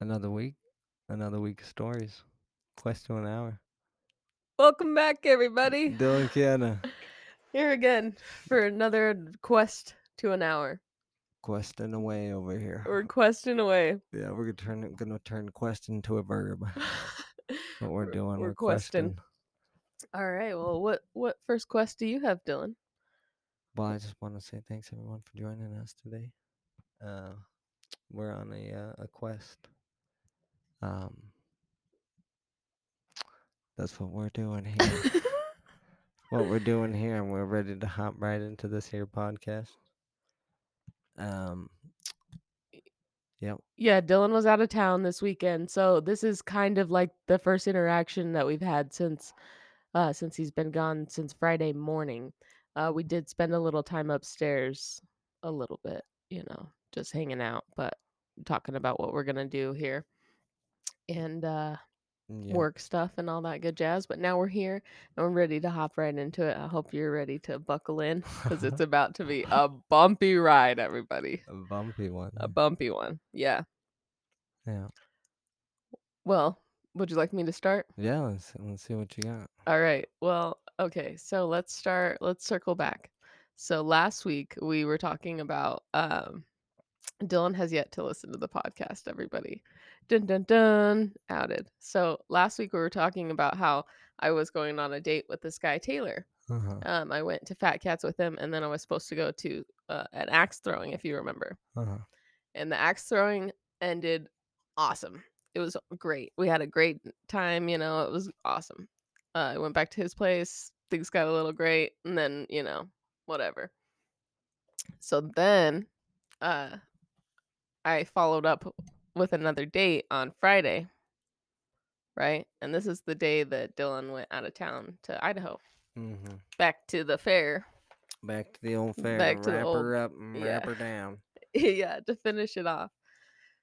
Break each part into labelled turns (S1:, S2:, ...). S1: Another week, another week of stories. Close to an hour.
S2: Welcome back, everybody.
S1: Dylan Kiana,
S2: Here again for another quest to an hour.
S1: questing away over here.
S2: We're questing away.
S1: yeah, we're gonna turn it- gonna turn quest into a verb. What we're
S2: We're-
S1: doing,
S2: we're questing. All right. Well, what what first quest do you have, Dylan?
S1: Well, I just want to say thanks everyone for joining us today. Uh, we're on a uh, a quest. Um, that's what we're doing here. what we're doing here, and we're ready to hop right into this here podcast. Um, yep,
S2: yeah, Dylan was out of town this weekend, so this is kind of like the first interaction that we've had since uh since he's been gone since Friday morning. Uh we did spend a little time upstairs a little bit, you know, just hanging out, but talking about what we're going to do here. And uh
S1: yeah.
S2: work stuff and all that good jazz. But now we're here and we're ready to hop right into it. I hope you're ready to buckle in because it's about to be a bumpy ride, everybody.
S1: a bumpy one.
S2: A bumpy one. Yeah.
S1: yeah,
S2: Well, would you like me to start?
S1: yeah. Let's let's see what you got.
S2: All right. Well, okay. So let's start. Let's circle back. So last week we were talking about um, Dylan has yet to listen to the podcast. Everybody, dun dun dun, outed. So last week we were talking about how I was going on a date with this guy Taylor,
S1: Uh-huh,
S2: Um, I went to Fat Cats with him, and then I was supposed to go to uh, an axe throwing, if you remember.
S1: uh-huh.
S2: And the axe throwing ended awesome. It was great. We had a great time. You know, it was awesome. Uh, I went back to his place. Things got a little great, and then you know, whatever. So then, uh, I followed up with another date on Friday, right? And this is the day that Dylan went out of town to Idaho,
S1: Mm-hmm.
S2: back to the fair.
S1: Back to the old fair.
S2: Back to the
S1: wrap
S2: old-
S1: her up and wrap
S2: yeah.
S1: her down.
S2: yeah, to finish it off.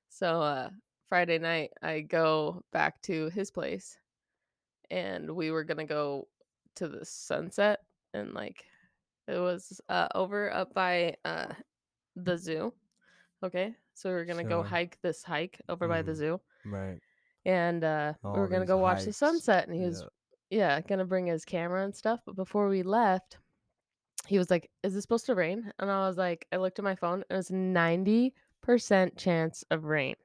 S2: So uh Friday night I go back to his place and we were gonna go to the sunset and like it was uh over up by uh the zoo. Okay. So we were gonna go
S1: Sure.
S2: hike this hike over by the
S1: Mhm.
S2: zoo
S1: Right.
S2: and uh we
S1: All
S2: were gonna
S1: Oh, these
S2: go watch the
S1: hikes.
S2: sunset and he was
S1: Yeah.
S2: yeah, gonna bring his camera and stuff. But before we left, he was like, Is this supposed to rain? And I was like, I looked at my phone, it was 90% chance of rain.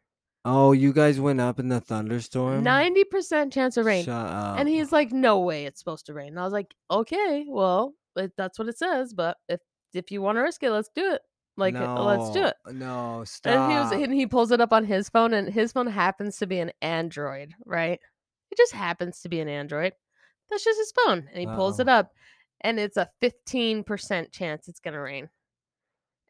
S1: Oh, you guys went up in the thunderstorm?
S2: 90% chance of rain.
S1: Shut up.
S2: and he's like, No way it's supposed to rain. And I was like, Okay, well, like, that's what it says, but if if you want to risk it, let's do it. Like, uh, let's do
S1: No,
S2: it.
S1: No, stop.
S2: And he was, and he pulls it up on his phone, and his phone happens to be an Android, right? It just happens to be an Android. That's just his phone, and he pulls
S1: Uh-oh.
S2: it up, and it's a fifteen percent chance it's gonna rain.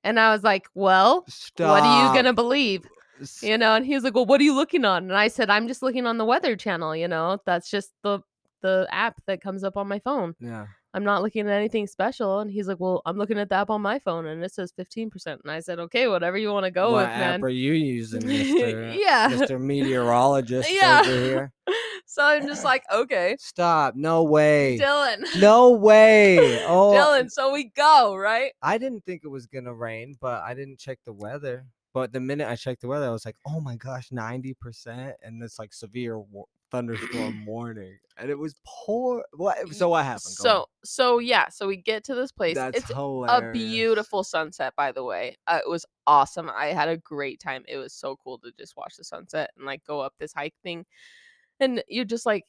S2: And I was like, "Well,
S1: Stop.
S2: what are you gonna believe?"
S1: S-
S2: You know. And he was like, "Well, what are you looking on?" And I said, "I'm just looking on the Weather Channel. You know, that's just the the app that comes up on my phone.
S1: Yeah.
S2: I'm not looking at anything special." And he's like, "Well, I'm looking at the app on my phone, and it says fifteen percent." And I said, "Okay, whatever you want to go
S1: what
S2: with,
S1: app
S2: man."
S1: are you using, Mister? uh,
S2: yeah.
S1: Mister Meteorologist
S2: Yeah.
S1: over here?
S2: so I'm just like, okay,
S1: Stop. No way.
S2: Dylan.
S1: no way. Oh,
S2: Dylan, so we go, right?
S1: I didn't think it was gonna rain, but I didn't check the weather. But the minute I checked the weather, I was like, "Oh my gosh, ninety percent!" And it's like severe wa- thunderstorm warning, and it was poor. What? So what happened? Go on.
S2: So so yeah, so we get to this place.
S1: that's
S2: it's
S1: hilarious.
S2: a beautiful sunset, by the way. Uh, it was awesome. I had a great time. It was so cool to just watch the sunset and like go up this hike thing. And you're just like,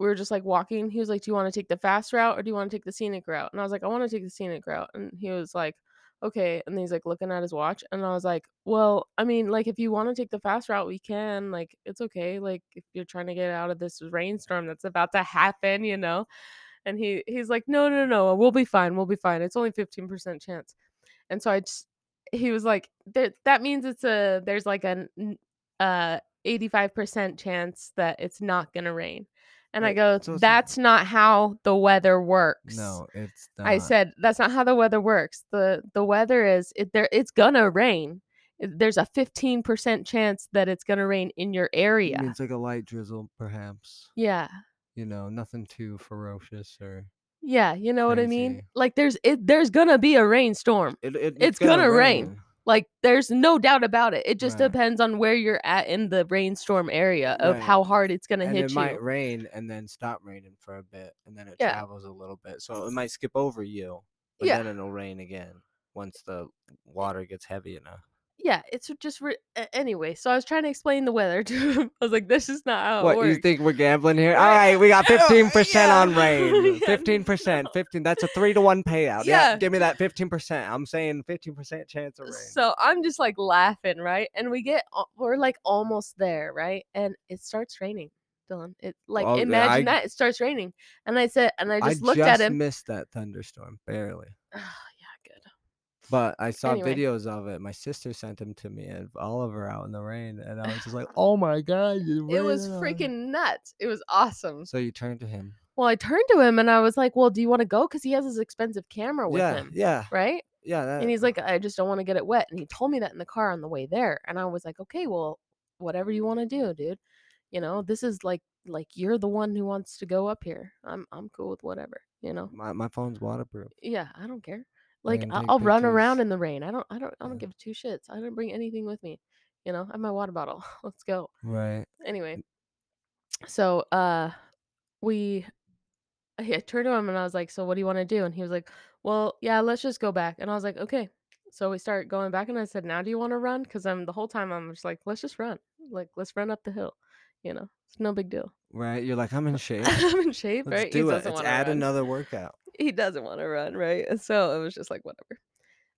S2: we were just like walking. He was like, Do you want to take the fast route or do you want to take the scenic route? And I was like, I want to take the scenic route. And he was like, Okay. And he's like looking at his watch. And I was like, Well, I mean, like, if you want to take the fast route, we can. Like, it's okay. Like, if you're trying to get out of this rainstorm that's about to happen, you know? and he he's like no no no we'll be fine we'll be fine it's only 15% chance and so i just he was like that that means it's a there's like a n- uh 85% chance that it's not going to rain and i
S1: Wait,
S2: go
S1: so it's n-
S2: that's not how the weather works
S1: No, it's. Not.
S2: i said that's not how the weather works the the weather is it there it's going to rain It- there's a 15% chance that it's going to rain in your area
S1: It's like a light drizzle, perhaps.
S2: yeah
S1: You know, nothing too ferocious or.
S2: yeah you know what i mean
S1: Crazy.
S2: like there's it there's gonna be a rainstorm
S1: It, it,
S2: It's gonna rain. Like there's no doubt about it. It just
S1: Right.
S2: depends on where you're at in the rainstorm area of
S1: Right.
S2: how hard it's gonna
S1: and
S2: hit
S1: it
S2: you.
S1: might rain and then stop raining for a bit and then it
S2: Yeah.
S1: travels a little bit so it might skip over you but
S2: Yeah.
S1: then it'll rain again once the water gets heavy enough
S2: yeah, it's just re- a- anyway. So I was trying to explain the weather to him. I was like, this is not how it
S1: what
S2: works.
S1: you think we're gambling here all
S2: Right.
S1: right we got
S2: Oh, Yeah,
S1: 15% on rain
S2: yeah,
S1: 15%
S2: no.
S1: 15 that's a three to one payout yeah.
S2: Yeah.
S1: give me that 15% i'm saying 15% chance of rain
S2: So I'm just like laughing, right? And we get al- we're like almost there, right? And it starts raining, Dylan. It like
S1: Well, Oh, yeah,
S2: imagine
S1: I-
S2: that it starts raining, and I said, and I just looked at him.
S1: missed that thunderstorm barely
S2: yeah, good.
S1: But I saw
S2: Anyway.
S1: videos of it. My sister sent them to me and Oliver out in the rain, and I was just like, "Oh my god!"
S2: It was freaking nuts. It was awesome.
S1: So you turned to him.
S2: Well, I turned to him and I was like, "Well, do you want to go?" Because he has his expensive camera with
S1: yeah,
S2: him,
S1: yeah,
S2: right?
S1: yeah. That,
S2: And he's like, "I just don't want to get it wet." And he told me that in the car on the way there, and I was like, "Okay, well, whatever you want to do, dude. You know, this is like like you're the one who wants to go up here. I'm I'm cool with whatever. You know,
S1: my, my phone's waterproof.
S2: yeah, I don't care. Like
S1: can
S2: I-
S1: take
S2: I'll run around
S1: pictures.
S2: in the rain. I don't I don't I don't
S1: Yeah.
S2: give two shits. I don't bring anything with me. You know, I have my water bottle. Let's go."
S1: Right.
S2: anyway so uh we i turned to him and i was like so what do you want to do and he was like well yeah let's just go back and i was like okay so we start going back and i said now do you want to run because i'm the whole time i'm just like let's just run like let's run up the hill you know it's no big deal
S1: Right. You're like, I'm in shape.
S2: i'm in shape
S1: Let's
S2: right
S1: do it. Let's
S2: wanna
S1: add
S2: run.
S1: another workout.
S2: he doesn't want to run right And so it was just like whatever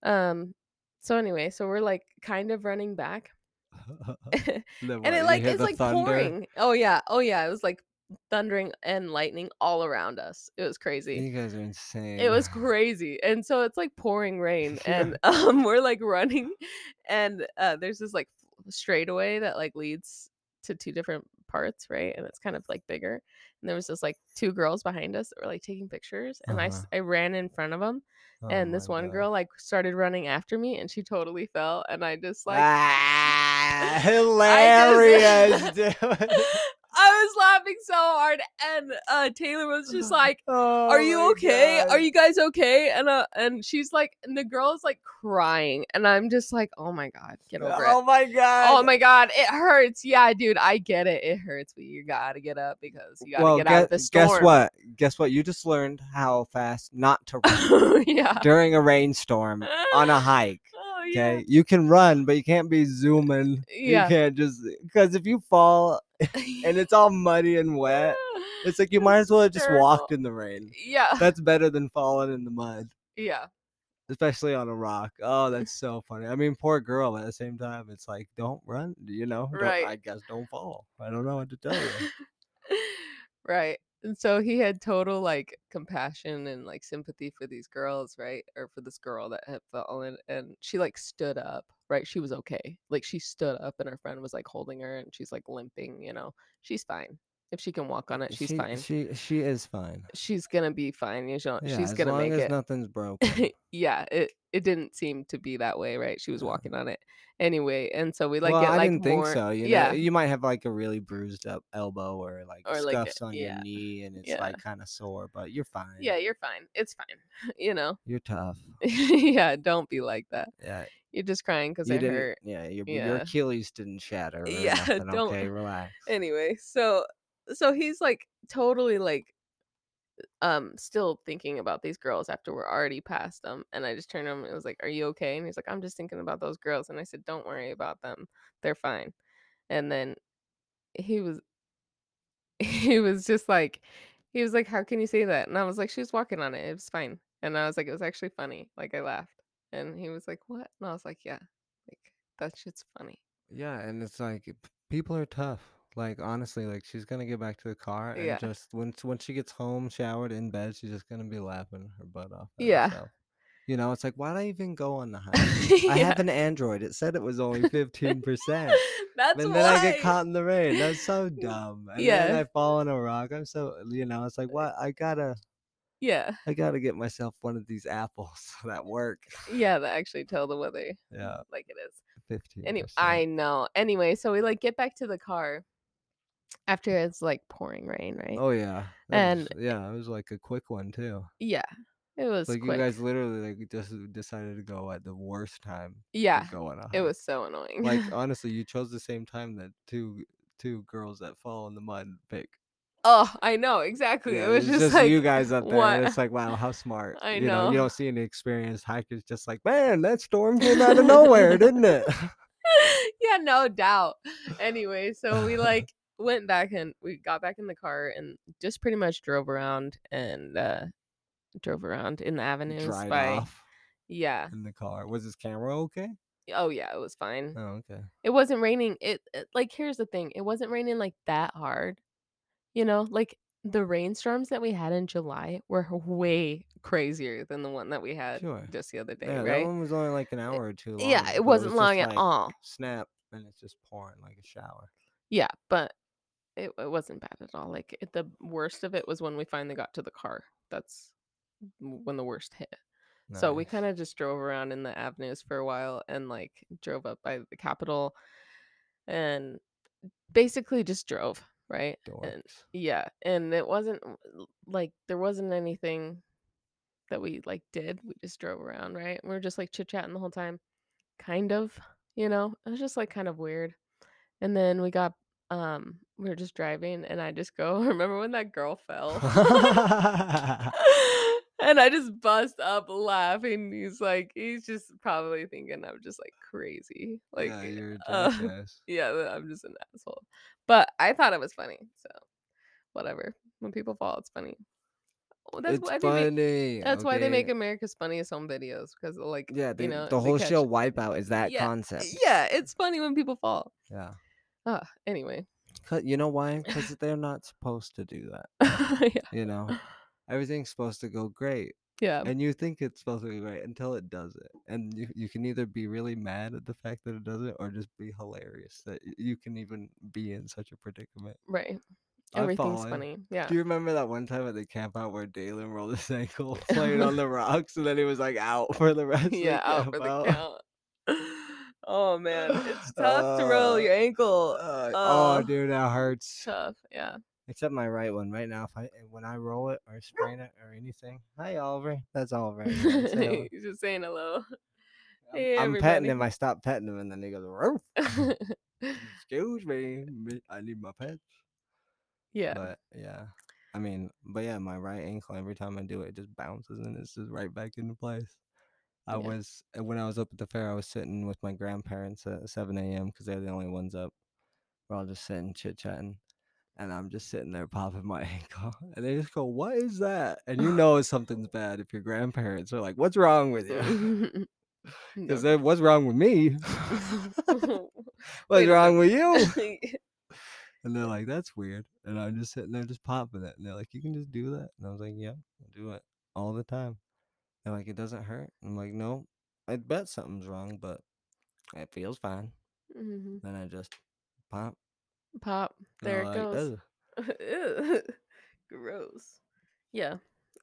S2: um so anyway so we're like kind of running back and it like it's like pouring. Oh yeah, oh yeah. It was like thundering and lightning all around us. It was
S1: You
S2: crazy.
S1: guys are insane.
S2: It was crazy, and so it's like pouring rain, and um, we're like running, and uh, there's this like straightaway that like leads to two different parts, right? And it's kind of like bigger, and there was this like two girls behind us that were like taking pictures, and I s
S1: Uh-huh.
S2: I I ran in front of them,
S1: Oh
S2: and this
S1: my
S2: one
S1: God.
S2: girl like started running after me, and she totally fell, and I just like.
S1: ah,
S2: I
S1: hilarious,
S2: just-
S1: dude.
S2: I was laughing so hard, and uh, Taylor was just like,
S1: Oh
S2: "Are you
S1: my
S2: okay?
S1: God.
S2: Are you guys okay?" And uh, and she's like, and the girl's like crying, and I'm just like, "Oh my god, get over
S1: oh
S2: it."
S1: my god.
S2: Oh my god, it hurts. Yeah, dude, I get it. It hurts, but you gotta get up because you gotta get out of the
S1: guess-
S2: storm.
S1: Guess what? Guess what? You just learned how fast not to run
S2: yeah.
S1: during a rainstorm on a hike.
S2: Oh yeah.
S1: Okay, you can run, but you can't be zooming.
S2: Yeah.
S1: You can't just because if you fall and it's all muddy and wet, it's like you might as well have just walked
S2: terrible.
S1: in the rain.
S2: yeah,
S1: That's better than falling in the mud,
S2: yeah,
S1: especially on a rock. Oh, that's so funny. I mean, poor girl. But at the same time, it's like don't run. You know, Don't-
S2: Right.
S1: I guess don't fall. I don't know what to tell you.
S2: right. And so he had total like compassion and like sympathy for these girls, right? Or for this girl that had fallen and she like stood up, right? She was okay. Like she stood up and her friend was like holding her and she's like limping, you know. She's fine. If she can walk on it, she's
S1: she,
S2: fine.
S1: She she is fine.
S2: she's gonna be fine. You know,
S1: Yeah,
S2: she's
S1: as
S2: gonna
S1: long
S2: make
S1: as
S2: it.
S1: nothing's broken.
S2: yeah, it it didn't seem to be that way, right? She was
S1: Yeah.
S2: walking on it anyway. And so we like
S1: well,
S2: get
S1: I
S2: like
S1: didn't
S2: more
S1: think so. You
S2: yeah.
S1: know, you might have like a really bruised up elbow or like
S2: Or, like, a-
S1: scuffs on
S2: yeah.
S1: your knee, and it's
S2: Yeah.
S1: like kind of sore, but you're fine.
S2: Yeah, you're fine. It's fine. you know.
S1: you're tough.
S2: yeah, don't be like that.
S1: Yeah,
S2: You're just crying because
S1: you
S2: it
S1: didn't.
S2: hurt.
S1: Yeah, your, your
S2: Yeah.
S1: Achilles didn't shatter. Or
S2: Yeah,
S1: nothing,
S2: don't-
S1: okay, relax.
S2: Anyway, so so he's like totally like um still thinking about these girls after we're already past them. And I just turned to him and I was like, Are you okay? And he's like, I'm just thinking about those girls. And I said, Don't worry about them. They're fine. And then he was he was just like he was like, How can you say that? And I was like, She was walking on it. It was fine. And I was like, It was actually funny. Like I laughed. And he was like, What? And I was like, Yeah, like that shit's funny.
S1: Yeah, and it's like p- people are tough. Like honestly, like she's gonna get back to the car and
S2: Yeah.
S1: just once once she gets home, showered in bed, she's just gonna be laughing her butt off. at
S2: Yeah.
S1: herself. You know, it's like why did I even go on the hike? I
S2: Yeah.
S1: have an Android. It said it was only fifteen percent.
S2: That's
S1: and
S2: why.
S1: then I get caught in the rain. That's so dumb. And
S2: Yeah. Uh,
S1: then I fall on a rock. I'm so you know, it's like what I gotta
S2: Yeah,
S1: I gotta get myself one of these apples that work.
S2: yeah. That actually tell the weather
S1: Yeah.
S2: like it is.
S1: Fifteen.
S2: Anyway, I know. Anyway, so we like get back to the car after it's like pouring rain, right?
S1: Oh yeah. that was-
S2: and-
S1: yeah, it was like a quick one too.
S2: Yeah. It was
S1: like
S2: quick.
S1: you guys literally like just decided to go at the worst time.
S2: yeah,
S1: going on.
S2: it was so annoying.
S1: like honestly, you chose the same time that two two girls that fall in the mud pick.
S2: oh, I know exactly.
S1: Yeah,
S2: it was
S1: it's
S2: just, like
S1: you guys up there.
S2: what?
S1: And it's like, wow, how smart.
S2: I
S1: you know.
S2: know.
S1: You don't see any experienced hikers just like, man, that storm came out of nowhere, didn't it?
S2: yeah, no doubt. Anyway, so we like went back and we got back in the car and just pretty much drove around and uh drove around in the avenues
S1: Dried
S2: by
S1: off
S2: yeah.
S1: in the car. Was his camera okay?
S2: Oh yeah, it was fine.
S1: Oh, okay.
S2: It wasn't raining. It, it like here's the thing. It wasn't raining like that hard. You know, like the rainstorms that we had in July were way crazier than the one that we had
S1: Sure.
S2: just the other day,
S1: yeah, that
S2: right? Eh,
S1: one was only like an hour or two long.
S2: yeah,
S1: but
S2: it wasn't
S1: was just
S2: long at
S1: like,
S2: all.
S1: Snap, and it's just pouring like a shower.
S2: Yeah, but it, it wasn't bad at all. Like it, the worst of it was when we finally got to the car. That's w- when the worst hit. So we
S1: Nice.
S2: kind of just drove around in the avenues for a while and like drove up by the Capitol and basically just drove, right? And
S1: Dorks.
S2: yeah, and it wasn't l- like there wasn't anything that we like did. We just drove around, right? We were just like chit chatting the whole time, kind of, you know. It was just like kind of weird. And then we got, um, we were just driving, and I just go, remember when that girl fell? and I just bust up laughing. He's like, he's just probably thinking I'm just like crazy, like
S1: yeah,
S2: yeah,
S1: you're a
S2: uh,
S1: jackass.
S2: that I'm just an asshole. But I thought it was funny, so whatever. When people fall, it's funny. Well, that's
S1: it's
S2: why they
S1: funny.
S2: make, that's why they
S1: okay?
S2: make America's Funniest Home Videos because like
S1: Yeah, they,
S2: you know
S1: the
S2: they
S1: whole
S2: catch-
S1: show Wipeout is that
S2: Yeah,
S1: concept.
S2: Yeah, it's funny when people fall.
S1: Yeah.
S2: Uh, anyway,
S1: 'Cause- you know why? Because they're not supposed to do that.
S2: yeah,
S1: You know, everything's supposed to go great,
S2: yeah,
S1: and you think it's supposed to be great until it doesn't. And you, you can either be really mad at the fact that it doesn't, or just be hilarious that y- you can even be in such a predicament.
S2: right.
S1: I've
S2: Everything's
S1: fallen.
S2: funny. Yeah.
S1: Do you remember that one time at the camp out where Dalen rolled his ankle playing on the rocks and then he was like out for the rest
S2: yeah,
S1: of
S2: out
S1: the
S2: for
S1: camp
S2: the
S1: out?
S2: count. Oh man, it's tough to roll your
S1: Uh,
S2: ankle.
S1: Uh,
S2: Uh,
S1: oh, dude, that hurts.
S2: Tough, yeah.
S1: Except my right one right now. If I eh, when I roll it or sprain it or anything, hi Oliver. That's Oliver. everyone, say hello.
S2: He's just saying hello. Hey,
S1: I'm, I'm petting
S2: everybody.
S1: him. I stop petting him, and then he goes, "Roof, "Excuse me, me- I need my pets."
S2: yeah,
S1: But yeah, I mean, but yeah, my right ankle. Every time I do it, it just bounces and it's just right back into place. I
S2: Yeah.
S1: was uh, when I was up at the fair, I was sitting with my grandparents at 7 a.m. because they're the only ones up. We're all just sitting chit chatting, and I'm just sitting there popping my ankle, and they just go, "What is that?" And you know something's bad if your grandparents are like, "What's wrong with you?"
S2: No.
S1: Because what's wrong with me?
S2: Wait
S1: what's
S2: a
S1: wrong with you?
S2: yeah,
S1: And they're like, that's weird. And I'm just sitting there just popping it. And they're like, you can just do that. And I was like, yeah, I do it all the time. They're like, it doesn't hurt. I'm like, no, I bet something's wrong, but it feels fine.
S2: Mhm.
S1: Then I just pop.
S2: Pop,
S1: and they're
S2: there it
S1: like,
S2: goes.
S1: "Ugh."
S2: Ew, Gross. Yeah,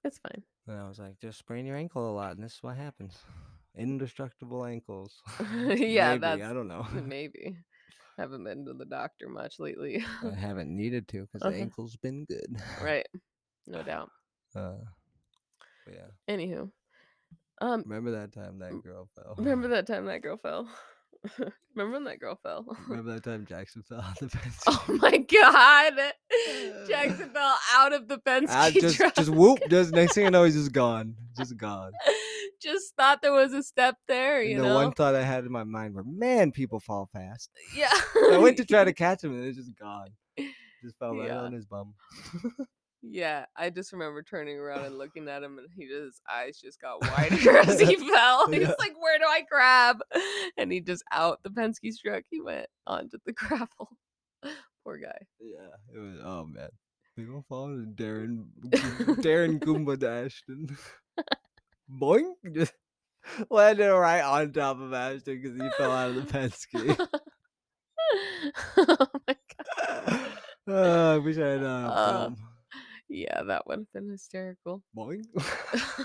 S2: it's fine.
S1: And I was like, just sprain your ankle a lot. And this is what happens indestructible ankles.
S2: Yeah,
S1: Maybe,
S2: that's-
S1: I don't know.
S2: Maybe. Haven't been to the doctor much lately.
S1: I haven't needed to because
S2: Uh-huh.
S1: the ankle's been good.
S2: right. No doubt.
S1: Uh, but yeah.
S2: Anywho. Um,
S1: Remember that time that
S2: M-
S1: girl fell?
S2: Remember that time that girl fell? Remember when that girl fell?
S1: Remember that time Jackson fell on the fence?
S2: oh my god! Jackson fell out of the Penske
S1: I just
S2: truck.
S1: just whoop. Just next thing I know, he's just gone. Just gone.
S2: Just thought there was a step there, you
S1: and the
S2: know?
S1: one thought I had in my mind were, man, people fall fast.
S2: yeah.
S1: I went to try to catch him, and it's just gone. Just fell right
S2: Yeah.
S1: on his bum.
S2: Yeah, I just remember turning around and looking at him, and he just, his eyes just got wider as he fell. He
S1: Yeah.
S2: was like, "Where do I grab?" And he just out the Penske truck. He went onto the gravel. Poor guy.
S1: Yeah, it was. Oh man, people fall and Darren Goom- Darren Goomba dashed and boink just landed right on top of Ashton because he fell out of the Penske.
S2: oh my
S1: Uh, I wish I had uh,
S2: Uh,
S1: film.
S2: Yeah, that would have been hysterical.
S1: Boing.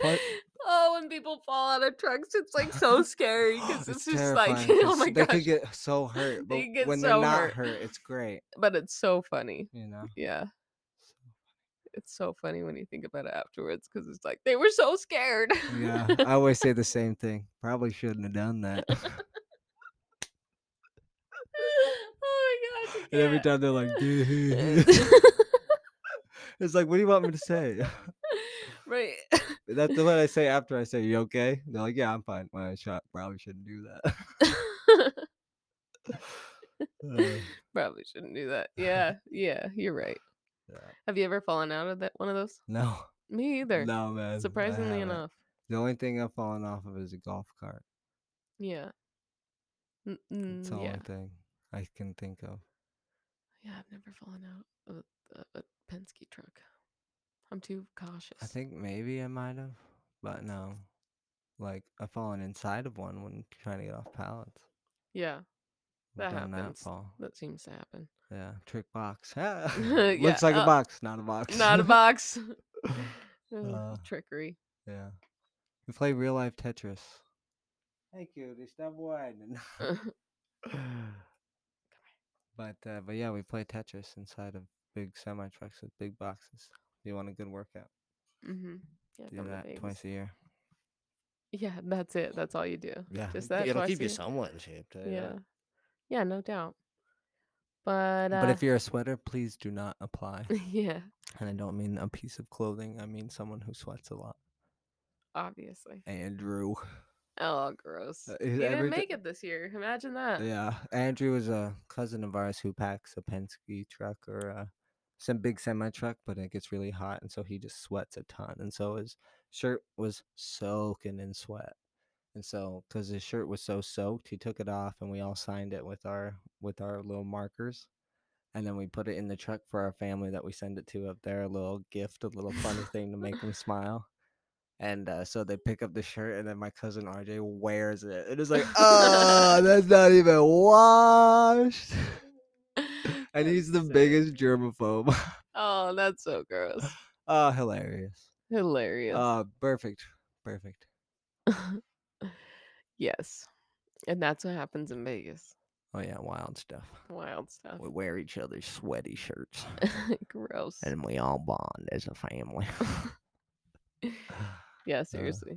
S1: But
S2: oh, when people fall out of trucks, it's like so scary because it's, just like,
S1: Oh, terrifying
S2: oh
S1: 'cause
S2: my
S1: they
S2: gosh.
S1: could get so hurt, but
S2: They get
S1: when
S2: so
S1: they're not
S2: hurt.
S1: hurt. it's great.
S2: But it's so funny.
S1: You know,
S2: Yeah. it's so funny when you think about it afterwards because it's like they were so scared.
S1: Yeah, I always say the same thing. Probably shouldn't have done that.
S2: oh my gosh. I
S1: And every
S2: can't.
S1: time they're like, "Dude." it's like, what do you want me to say?
S2: right.
S1: That's what I say after I say, "You okay?" They're like, "Yeah, I'm fine." Well, I shot. Probably shouldn't do that. Uh,
S2: Probably shouldn't do that. Yeah. Yeah. You're right.
S1: yeah.
S2: Have you ever fallen out of that one of those?
S1: No,
S2: Me either.
S1: no, man. I
S2: Surprisingly
S1: haven't.
S2: enough.
S1: the only thing I've fallen off of is a golf cart.
S2: Yeah. N-
S1: It's
S2: mm,
S1: the
S2: yeah.
S1: only thing I can think of.
S2: Yeah. I've never fallen out of a, a Penske truck. I'm too cautious.
S1: I think maybe I might have, but no. Like I've fallen inside of one when trying to get off pallets.
S2: Yeah.
S1: I've
S2: That
S1: done
S2: happens.
S1: That fall.
S2: That seems to happen.
S1: Yeah, trick box.
S2: Yeah,
S1: Looks like
S2: uh,
S1: a box, not a box.
S2: Not a box. Ugh,
S1: Uh,
S2: trickery.
S1: yeah. We play real life Tetris. Hey cutie, stop whining. but uh, but yeah, we play Tetris inside of big semi trucks with big boxes. If you want a good workout,
S2: Mm-hmm. Yeah,
S1: do
S2: come to
S1: that
S2: Vegas.
S1: twice a year.
S2: Yeah, that's it. That's all you do.
S1: Yeah.
S2: Just that
S3: It'll
S2: twice
S3: keep
S2: a
S3: you
S2: year?
S3: somewhat in shape. too,
S2: Yeah. Yeah, no doubt. But uh,
S1: But if you're a sweater, please do not apply.
S2: yeah,
S1: and I don't mean a piece of clothing. I mean someone who sweats a lot.
S2: obviously.
S1: Andrew.
S2: Oh, gross.
S1: Eh. Uh,
S2: he
S1: is
S2: didn't
S1: every ti-
S2: make it this year. Imagine that.
S1: Yeah, Andrew is a cousin of ours who packs a Penske truck or uh, some big semi truck, but it gets really hot, and so he just sweats a ton, and so his shirt was soaking in sweat, and so because his shirt was so soaked, he took it off, and we all signed it with our with our little markers. And then we put it in the truck for our family that we send it to up there, a little gift, a little funny thing to make them smile. And uh, so they pick up the shirt, and then my cousin RJ wears it. And it's like, oh, that's not even washed. And
S2: That's
S1: he's the
S2: sick.
S1: biggest germaphobe.
S2: Oh, that's so gross.
S1: oh, hilarious.
S2: Hilarious.
S1: Oh, perfect. Perfect.
S2: yes. And that's what happens in Vegas.
S1: Oh, yeah, wild stuff.
S2: Wild stuff.
S1: We wear each other's sweaty shirts,
S2: gross.
S1: and we all bond as a family.
S2: Yeah, seriously.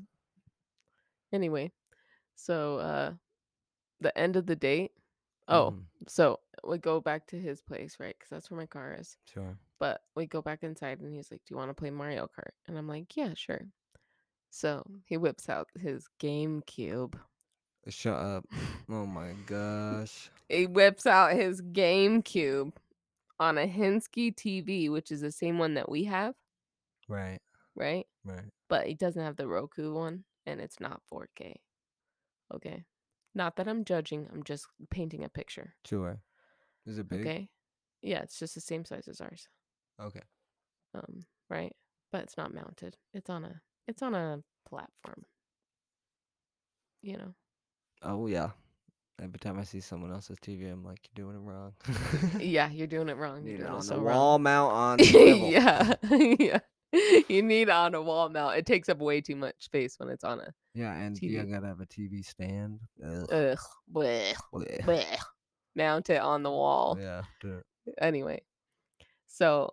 S2: anyway, so uh the end of the date. Oh,
S1: Mhm,
S2: so we go back to his place, right? Because that's where my car is.
S1: sure.
S2: But we go back inside and he's like, Do you want to play Mario Kart? And I'm like, Yeah, sure. So he whips out his GameCube.
S1: Shut up. Oh, my gosh.
S2: He whips out his GameCube on a Hinsky TV, which is the same one that we have,
S1: Right,
S2: right?
S1: right.
S2: but it doesn't have the Roku one and it's not 4K. Okay. Not that I'm judging, I'm just painting a picture.
S1: Sure. Is it big?
S2: Okay. Yeah, it's just the same size as ours.
S1: Okay.
S2: Um, right? But it's not mounted. It's on a it's on a platform. You know.
S1: Oh yeah. Every time I see someone else's TV, I'm like, you're doing it wrong.
S2: Yeah, you're doing it wrong. You're
S1: Need it
S2: doing
S1: on
S2: it
S1: the
S2: so wrong.
S1: wall mount on. swivel.
S2: yeah. yeah. You need it on a wall mount. It takes up way too much space when it's on a
S1: Yeah, and you
S2: TV.
S1: gotta have a TV stand. Ugh,
S2: ugh, bleh,
S1: bleh.
S2: bleh, mount it on the wall.
S1: Yeah. duh.
S2: anyway, so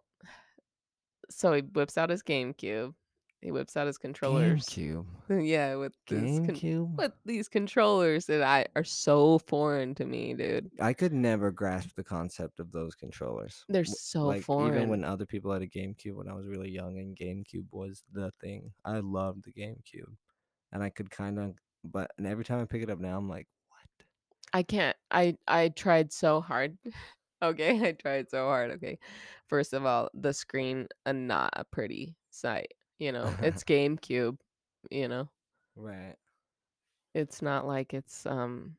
S2: so he whips out his GameCube. He whips out his controllers.
S1: GameCube.
S2: yeah, with these con-
S1: GameCube.
S2: with these controllers that I are so foreign to me, dude.
S1: I could never grasp the concept of those controllers.
S2: They're
S1: W-
S2: so
S1: like
S2: foreign.
S1: even when other people had a GameCube when I was really young, and GameCube was the thing. I loved the GameCube, and I could kind of, but and every time I pick it up now, I'm like, what?
S2: I can't. I I tried so hard. okay, I tried so hard. Okay, first of all, the screen uh, not a pretty sight. You know, it's GameCube. You know,
S1: Right.
S2: it's not like it's um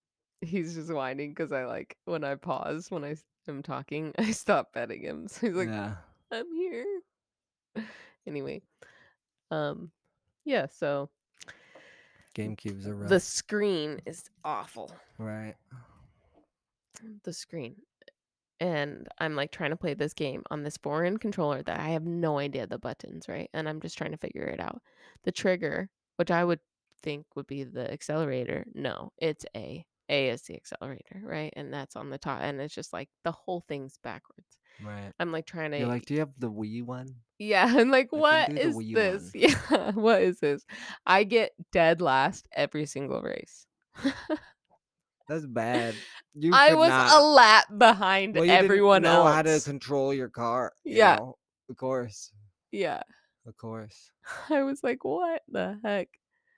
S2: he's just whining because i like when i pause when i s- am talking i stop petting him so he's like
S1: yeah.
S2: i'm here anyway um yeah so
S1: GameCube's a rough.
S2: the screen is awful
S1: right.
S2: the screen and i'm like trying to play this game on this foreign controller that i have no idea the buttons right and i'm just trying to figure it out the trigger which i would think would be the accelerator no it's a a is the accelerator right and that's on the top and it's just like the whole thing's backwards
S1: Right.
S2: I'm like trying to
S1: You're like, do you have the Wii one?
S2: yeah, I'm like,
S1: I can
S2: what
S1: do the
S2: is
S1: Wii
S2: this?
S1: one."
S2: Yeah, what is this? I get dead last every single race.
S1: That's bad. You
S2: I
S1: could
S2: was
S1: not-
S2: a lap behind
S1: Well, you didn't
S2: everyone
S1: know
S2: else.
S1: how to control your car. you
S2: Yeah.
S1: know? Of course.
S2: yeah,
S1: Of course.
S2: I was like, what the heck?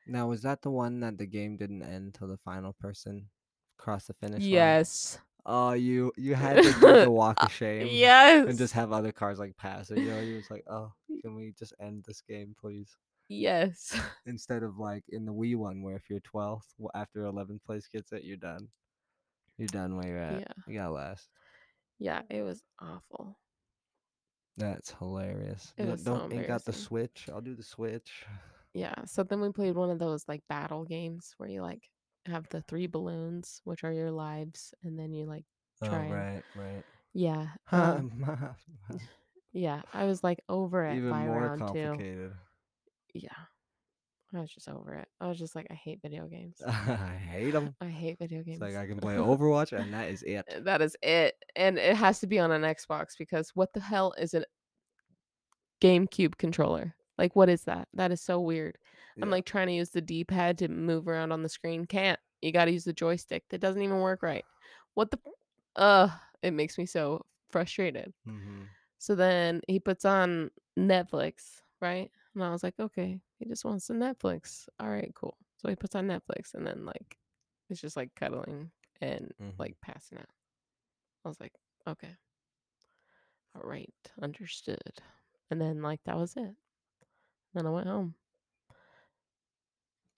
S1: Now, was that the one that the game didn't end till the final person crossed the finish line?
S2: Yes,
S1: Oh, you you had to do the walk
S2: Uh,
S1: of shame.
S2: yes,
S1: And just have other cars like pass. it, You know, you was like, oh, can we just end this game, please?
S2: yes.
S1: Instead of like in the Wii one, where if you're 12th, w- after 11th place gets it, you're done. You're done where you're at.
S2: Yeah.
S1: You got last.
S2: Yeah, it was awful.
S1: That's hilarious.
S2: It
S1: No,
S2: was so
S1: don't ink out the
S2: embarrassing.
S1: Switch. I'll do the Switch.
S2: Yeah. So then we played one of those like battle games where you like have the three balloons, which are your lives, and then you like Try and-
S1: Oh, right, right.
S2: yeah. um, yeah. I was like over it
S1: Even
S2: by
S1: more
S2: round two.
S1: complicated.
S2: Yeah. I was just over it. I was just like, I hate video games.
S1: I hate them.
S2: I hate video games.
S1: It's like I can play Overwatch, and that is it.
S2: eh, that is it. And it has to be on an Xbox because what the hell is a GameCube controller? Like what is that? That is so weird. I'm
S1: Yeah.
S2: like trying to use the D-pad to move around on the screen. Can't. You got to use the joystick. That doesn't even work right. What the uh it makes me so frustrated.
S1: Mhm.
S2: So then he puts on Netflix, right? And I was like, okay, he just wants the Netflix. All right, cool. So he puts on Netflix and then like it's just like cuddling and
S1: Mhm.
S2: like passing out. I was like, okay. All right, understood. And then like that was it. Then I went home.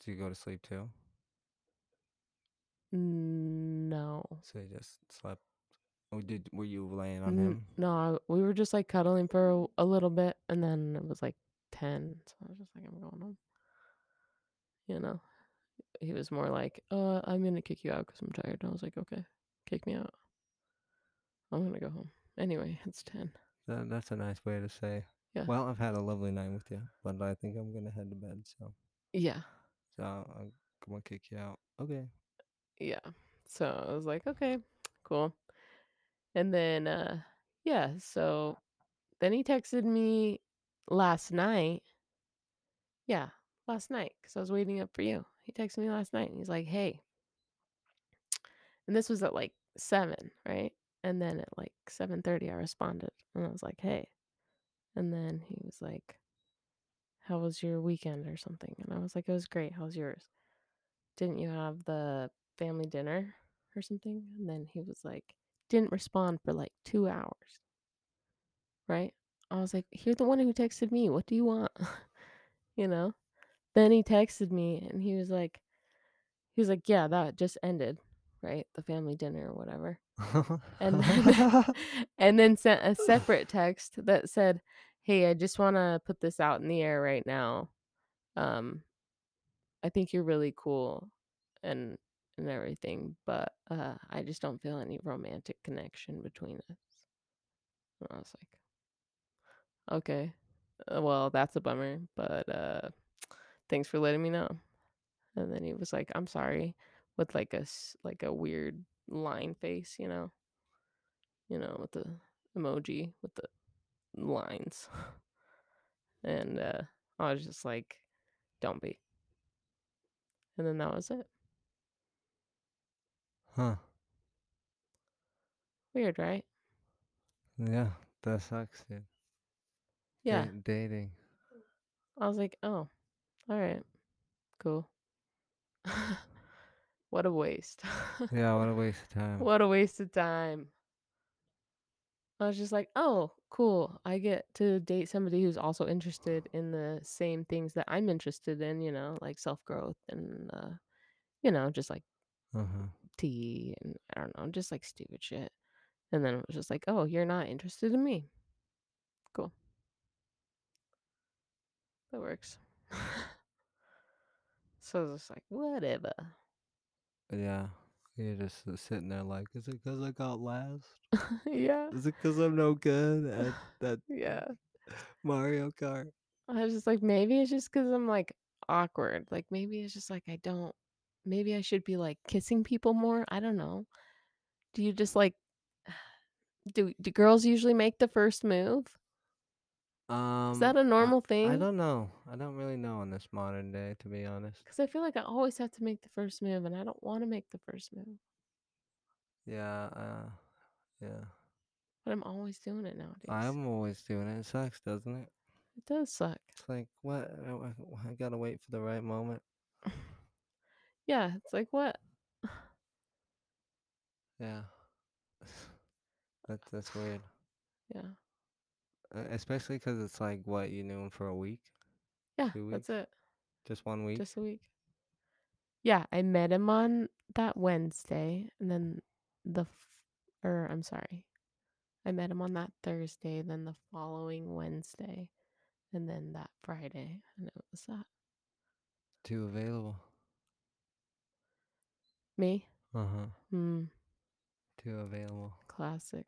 S1: Do you go to sleep too?
S2: No.
S1: So you just slept. Oh, did were you laying on
S2: N-
S1: him?
S2: Mm, No, we were just like cuddling for a, a little bit and then it was like 10. So I was just like, I'm going home. You know, he was more like, uh, I'm going to kick you out because I'm tired. And I was like, okay, kick me out. I'm going to go home. Anyway, it's 10.
S1: That, that's a nice way to say.
S2: Yeah.
S1: Well, I've had a lovely night with you, but I think I'm gonna head to bed. So,
S2: Yeah.
S1: so I'm gonna kick you out. Okay.
S2: yeah so i was like okay cool and then uh yeah so then he texted me last night yeah last night because i was waiting up for you he texted me last night and he's like hey and this was at like seven right and then at like 7.30 i responded and i was like hey and then he was like how was your weekend or something and i was like it was great how's yours didn't you have the family dinner or something? And then he was like, didn't respond for like two hours. Right? I was like, you're the one who texted me. What do you want? you know? Then he texted me and he was like, he was like, yeah, that just ended, right? The family dinner or whatever. And then, and then sent a separate text that said, hey, I just want to put this out in the air right now. Um, I think you're really cool and and everything, but uh, I just don't feel any romantic connection between us. And I was like, okay, uh, well that's a bummer, but uh, thanks for letting me know. And then he was like, I'm sorry, with like a s- like a weird line face, you know, you know, with the emoji with the lines, and uh, I was just like, don't be. And then that was it.
S1: huh?
S2: Weird, right?
S1: Yeah, that sucks, dude.
S2: Yeah.
S1: Da- dating.
S2: I was like, oh, all right, cool. what a waste.
S1: Yeah, what a waste of time.
S2: what a waste of time. I was just like, oh, cool. I get to date somebody who's also interested in the same things that I'm interested in, you know, like self growth and, uh, you know, just like
S1: Uh-huh.
S2: tea and I don't know, just like stupid shit. And then it was just like, oh, you're not interested in me. Cool. That works. so I was just like, whatever.
S1: Yeah. You're just uh, sitting there like, is it because I got last?
S2: yeah.
S1: Is it because I'm no good at that
S2: Yeah.
S1: Mario Kart?
S2: I was just like, maybe it's just because I'm like awkward. Like, maybe it's just like, I don't, maybe I should be like kissing people more. I don't know. Do you just like, Do do girls usually make the first move?
S1: Um,
S2: Is that a
S1: I-
S2: normal thing?
S1: I don't know. I don't really know in this modern day, to be honest.
S2: Because I feel like I always have to make the first move, and I don't want to make the first move,
S1: Yeah, uh, yeah.
S2: but I'm always doing it nowadays.
S1: I'm always doing it. It sucks, doesn't it?
S2: It does suck.
S1: It's like what? I, I- I gotta wait for the right moment.
S2: Yeah, it's like what?
S1: Yeah. that that's weird.
S2: Yeah,
S1: Uh, Especially because it's like what you knew him for a week,
S2: yeah,
S1: Two
S2: that's
S1: weeks?
S2: it.
S1: just one week.
S2: Just a week. Yeah, I met him on that Wednesday, and then the, f- or I'm sorry, I met him on that Thursday, then the following Wednesday, and then that Friday, and it was that
S1: Two available.
S2: me.
S1: Uh huh.
S2: Hmm,
S1: Two available.
S2: classic.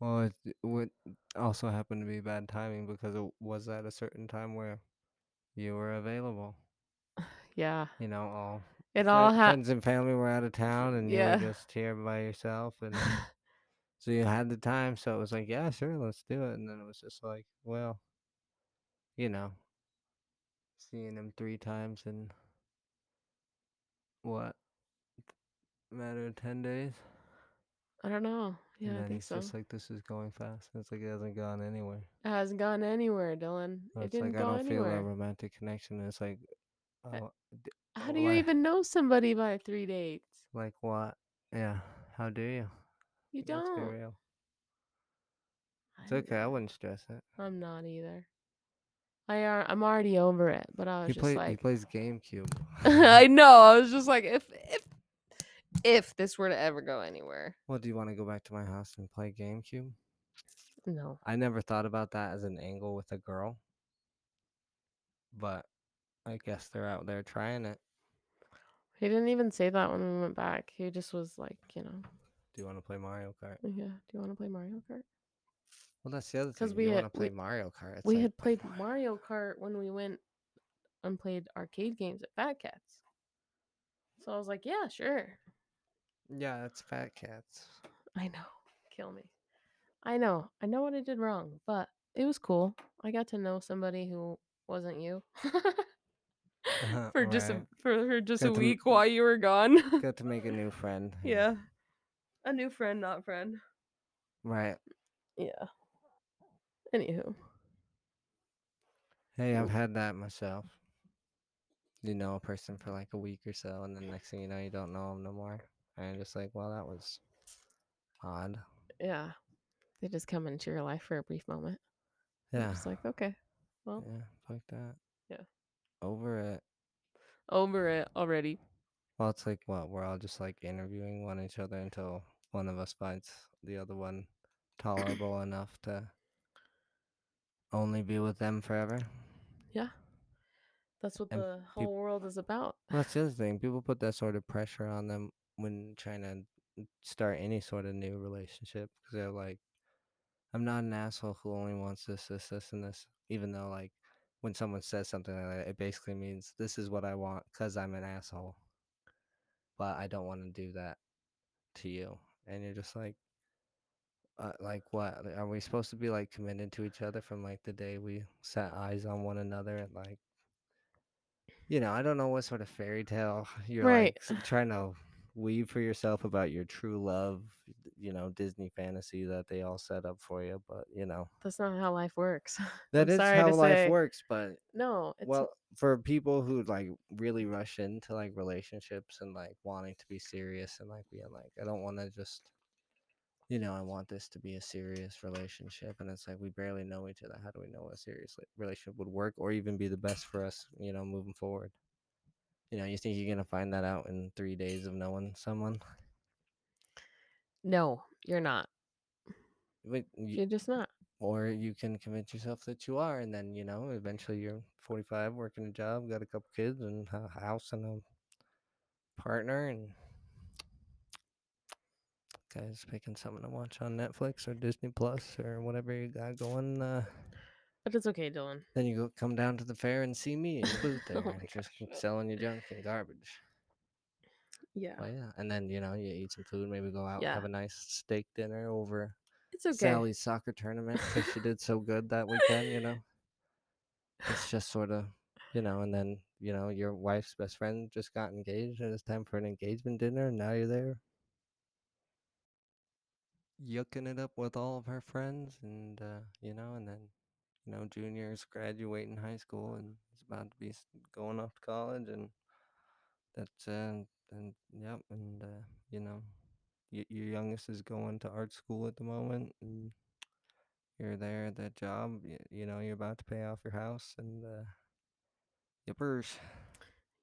S1: Well, it, it would also happened to be bad timing because it was at a certain time where you were available.
S2: Yeah,
S1: You know, all
S2: it
S1: fri-
S2: all happened.
S1: friends and family were out of town, and
S2: Yeah.
S1: you were just here by yourself, and so you had the time. So it was like, yeah, sure, let's do it. And then it was just like, well, you know, seeing him three times in what matter of ten days,
S2: I don't know. Yeah,
S1: and
S2: I
S1: then
S2: think
S1: he's
S2: so.
S1: just like, this is going fast. It's like it hasn't gone anywhere.
S2: it hasn't gone anywhere, Dylan.
S1: Or
S2: it
S1: it's like
S2: didn't
S1: I
S2: go
S1: don't feel
S2: anywhere. Eh
S1: that romantic connection. It's like, oh, d-
S2: How do you
S1: why-
S2: even know somebody by three dates?
S1: like what? Yeah, how do you?
S2: You
S1: Let's be
S2: don't.
S1: real. It's
S2: I'm-
S1: okay. I wouldn't stress it.
S2: I'm not either. I are. I'm already over it. But I was
S1: He
S2: just
S1: play he
S2: like,
S1: plays GameCube.
S2: I know. I was just like, if if if this were to ever go anywhere,
S1: well, do you want to go back to my house and play GameCube?
S2: no.
S1: I never thought about that as an angle with a girl, but I guess they're out there trying it.
S2: He didn't even say that when we went back. He just was like, you know,
S1: Do you want to play Mario Kart?
S2: yeah. Do you want to play Mario Kart?
S1: Well, that's the other
S2: 'Cause
S1: thing.
S2: we
S1: you
S2: had-
S1: want to play
S2: we-
S1: Mario Kart? It's
S2: we
S1: like,
S2: had played Mario Kart when we went and played arcade games at Fat Cats. So I was like, yeah, sure.
S1: Yeah, that's Fat Cats.
S2: I know. Kill me. I know. I know what I did wrong, but it was cool. I got to know somebody who wasn't you. for just a,
S1: Uh-huh, Right.
S2: for, for just
S1: Uh, Got
S2: a
S1: to m-
S2: week while you were gone.
S1: Got to make a new friend. and-
S2: yeah. A new friend, not friend.
S1: Right.
S2: Yeah. Anywho.
S1: Hey, I've had that myself. You know a person for like a week or so, and then next thing you know, you don't know them no more. And you're just like, well, that was odd.
S2: Yeah. They just come into your life for a brief moment.
S1: Yeah.
S2: It's like, okay. Well,
S1: Yeah, fuck that.
S2: Yeah.
S1: Over it.
S2: over it already.
S1: Well, it's like what we're all just like interviewing one each other until one of us finds the other one tolerable enough to only be with them forever.
S2: That's what
S1: And
S2: the
S1: peop-
S2: whole world is about.
S1: Well, that's the other thing. People put that sort of pressure on them when trying to start any sort of new relationship because they're like, "I'm not an asshole who only wants this, this, this, and this." Even though, like, when someone says something like that, it basically means this is what I want because I'm an asshole, but I don't want to do that to you. And you're just like, uh, like what? Like, Are we supposed to be like committed to each other from like the day we set eyes on one another and like you know, I don't know what sort of fairy tale you're
S2: Right.
S1: like s- trying to weave for yourself about your true love, you know, Disney fantasy that they all set up for you. But you know,
S2: That's not how life works.
S1: that is
S2: sorry
S1: how
S2: to
S1: life
S2: say-
S1: works. But
S2: no, it's
S1: well, for people who like really rush into like relationships and like wanting to be serious and like being like, I don't want to just, you know, I want this to be a serious relationship. And it's like, we barely know each other. How do we know a serious li- relationship would work or even be the best for us, you know, moving forward? You know, you think you're going to find that out in three days of knowing someone?
S2: no, you're not.
S1: But you,
S2: You're just not.
S1: or you can convince yourself that you are. And then, you know, eventually you're 45, working a job, got a couple kids, and a house and a partner. And guys picking something to watch on Netflix or Disney Plus or whatever you got going. Uh,
S2: But it's okay, Dylan.
S1: then you go come down to the fair and see me and booth there
S2: Oh my
S1: and just
S2: gosh.
S1: selling your junk and garbage.
S2: Yeah.
S1: Oh, yeah. And then, you know, you eat some food, maybe go out,
S2: Yeah.
S1: have a nice steak dinner over
S2: It's okay.
S1: Sally's soccer tournament because she did so good that weekend, you know? It's just sort of, you know, and then, you know, your wife's best friend just got engaged and it's time for an engagement dinner and now you're there. Yucking it up with all of her friends and, uh, you know, and then, you know, juniors graduating high school and is about to be s- going off to college and that's, uh, and yep, and, uh, you know, y- your youngest is going to art school at the moment and you're there at that job you, you know you're about to pay off your house and uh yippers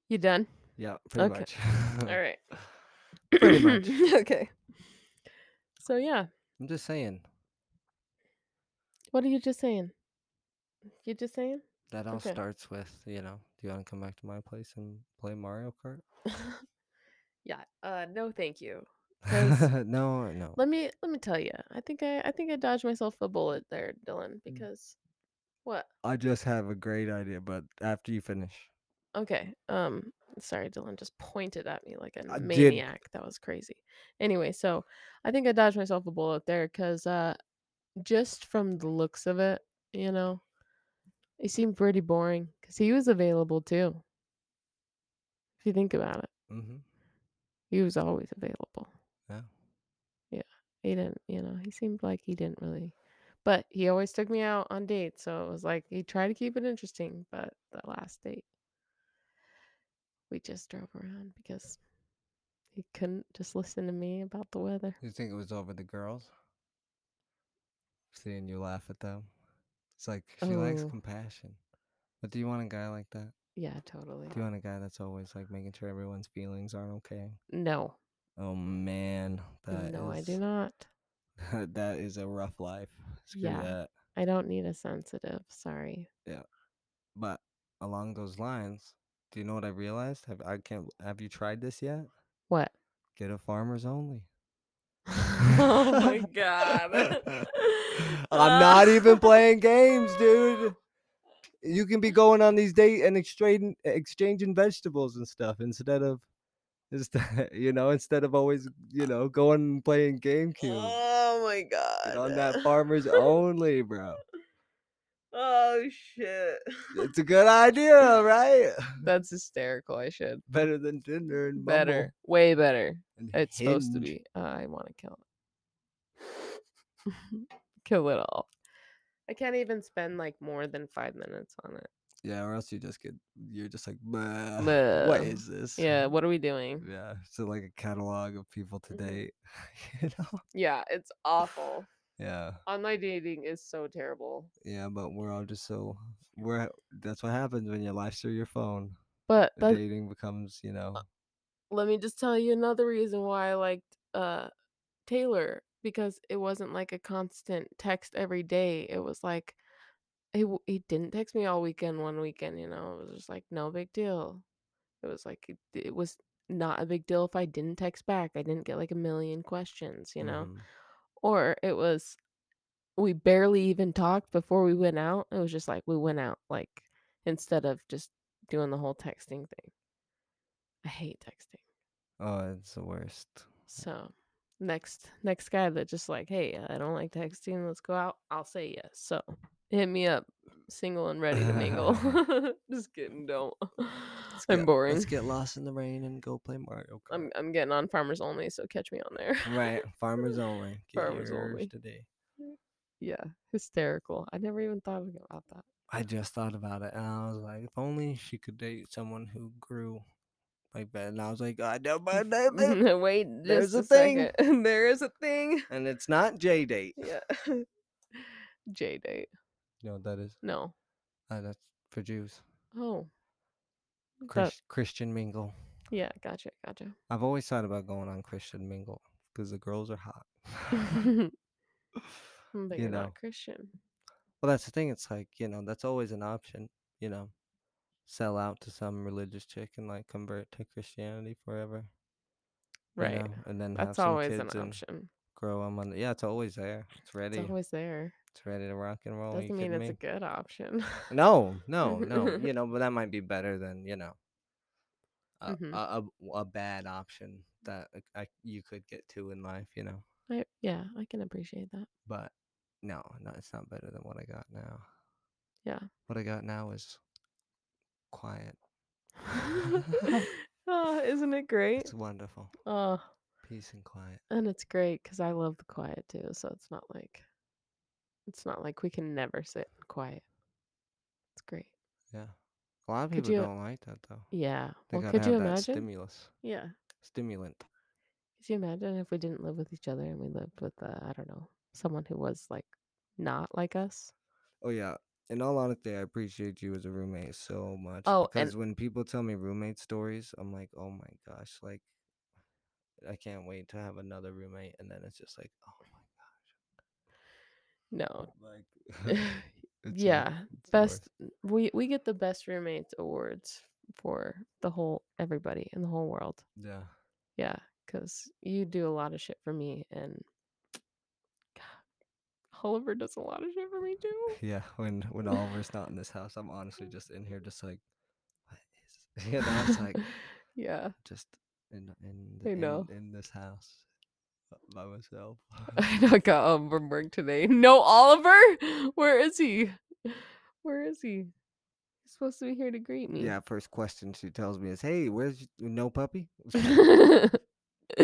S2: You done?
S1: yeah pretty
S2: Okay.
S1: much
S2: All right.
S1: pretty much
S2: okay. So yeah,
S1: i'm just saying
S2: what are you just saying? You just saying?
S1: that all
S2: Okay.
S1: starts with you know do you want to come back to my place and play mario kart
S2: yeah. Uh, no, thank you. 'Cause-
S1: no no
S2: Let me let me tell you. I think I I think I dodged myself a bullet there, Dylan. Because what?
S1: i just have a great idea but after you finish
S2: Okay. Um. Sorry, Dylan just pointed at me like a
S1: I did.
S2: maniac. That was crazy. Anyway, so I think I dodged myself a bullet there because uh, just from the looks of it, you know, he seemed pretty boring because he was available too. If you think about it,
S1: mm-hmm.
S2: he was always available.
S1: Yeah.
S2: Yeah. He didn't. You know, he seemed like he didn't really. But he always took me out on dates, so it was like he tried to keep it interesting. But that last date, we just drove around because he couldn't just listen to me about the weather.
S1: you think it was over the girls seeing you laugh at them it's like she likes
S2: Oh.
S1: compassion but do you want a guy like that
S2: Yeah, totally.
S1: Do you want a guy that's always like making sure everyone's feelings aren't okay?
S2: No,
S1: Oh man, that
S2: no, I do
S1: is-
S2: not.
S1: that is a rough life. Screw
S2: Yeah.
S1: that.
S2: I don't need a sensitive. Sorry.
S1: But along those lines, do you know what I realized? Have I can't have you tried this yet?
S2: What?
S1: Get a farmers only.
S2: oh my god.
S1: I'm not even playing games, dude. You can be going on these dates and exchanging exchanging vegetables and stuff instead of instead, you know, instead of always, you know, going and playing GameCube.
S2: Oh my god.
S1: Get on that farmers only, bro.
S2: Oh shit.
S1: It's a good idea, right?
S2: That's hysterical. I should.
S1: Better than Tinder and Bumble
S2: Better. Way better.
S1: and
S2: It's supposed to
S1: Hinge.
S2: be. I want to kill it. kill it all. I can't even spend like more than five minutes on it.
S1: Yeah, or else you just get you're just like, "Bleh,
S2: Bleh.
S1: what is this?
S2: Yeah, what are we doing?
S1: Yeah, so like a catalog of people to
S2: Mhm.
S1: date, you know?
S2: Yeah, it's awful.
S1: Yeah,
S2: Online dating is so terrible.
S1: yeah, but we're all just so we're that's what happens when you live through your phone.
S2: But Uh, that,
S1: Dating becomes, you know,
S2: let me just tell you another reason why I liked uh Taylor because it wasn't like a constant text every day. It was like he w- he didn't text me all weekend one weekend, you know. It was just like no big deal. It was like it, it was not a big deal if I didn't text back. I didn't get like a million questions, you know.
S1: mhm.
S2: Or it was we barely even talked before we went out. It was just like we went out like instead of just doing the whole texting thing. I hate texting.
S1: Oh, it's the worst.
S2: So next next guy that just like, hey, I don't like texting, let's go out, I'll say yes. So hit me up, single and ready to mingle. just kidding, don't.
S1: Let's
S2: I'm
S1: get-
S2: boring.
S1: Let's get lost in the rain and go play Mario Kart.
S2: I'm I'm getting on farmers only, so catch me on there.
S1: Right, farmers only. Get
S2: Farmers
S1: yours
S2: only.
S1: today.
S2: yeah. Hysterical. I never even thought about that.
S1: I just thought about it, and I was like, if only she could date someone who grew like that. And I was like, I don't mind that. man."
S2: Wait,
S1: There's
S2: just
S1: a thing.
S2: second. there is a thing.
S1: and it's not J date.
S2: Yeah. J date.
S1: You know what that is?
S2: No.
S1: Uh, that's for Jews.
S2: Oh. That-
S1: Chris- Christian mingle.
S2: yeah, gotcha, gotcha.
S1: I've always thought about going on Christian mingle because the girls are hot.
S2: but
S1: You
S2: you're
S1: know.
S2: not Christian.
S1: well, that's the thing. It's like you know, that's always an option. You know, sell out to some religious chick and like convert to Christianity forever. you
S2: Right.
S1: know, And then have
S2: That's
S1: some
S2: always an
S1: kids and-
S2: option.
S1: grow on Monday. Yeah, it's always there. It's ready.
S2: It's
S1: It's,
S2: always there.
S1: ready to rock and roll. Are you
S2: Doesn't mean
S1: kidding
S2: it's a
S1: me?
S2: good option.
S1: No, no, no. you know, but that might be better than you know a
S2: Mhm. Mm-hmm.
S1: a, a, a bad option that like, I, you could get to in life. You know,
S2: I, yeah, I can appreciate that.
S1: But no, no, it's not better than what I got now.
S2: Yeah.
S1: What I got now is quiet.
S2: oh, isn't it great?
S1: It's wonderful.
S2: Oh,
S1: Peace and quiet.
S2: and it's great because I love the quiet too. So it's not like, it's not like we can never sit in quiet. It's great.
S1: Yeah. A lot of
S2: Could
S1: people
S2: you-
S1: don't like that though.
S2: Yeah.
S1: They
S2: well,
S1: gotta
S2: could you
S1: have that
S2: imagine?
S1: stimulus.
S2: yeah.
S1: Stimulant.
S2: Could you imagine if we didn't live with each other and we lived with, uh, I don't know, someone who was like not like us?
S1: Oh yeah. In all honesty, I appreciate you as a roommate so much.
S2: Oh, and-
S1: because when people tell me roommate stories, I'm like, oh my gosh, like I can't wait to have another roommate. And then it's just like, oh
S2: No.
S1: my god. Like it's the-
S2: Oh yeah.
S1: it's the worst.
S2: Best we we get the best roommates awards for the whole everybody in the whole world.
S1: Yeah.
S2: Yeah, cuz you do a lot of shit for me and God, Oliver does a lot of shit for me too.
S1: Yeah. When when Oliver's not in this house, I'm honestly just in here just like what is you know, it's like
S2: yeah.
S1: just in in,
S2: I
S1: the,
S2: know.
S1: in in this house by myself.
S2: I know I got home from work today. No Oliver? Where is he? Where is he? He's supposed to be here to greet me.
S1: yeah, first question she tells me is, "Hey, where's y- no puppy?"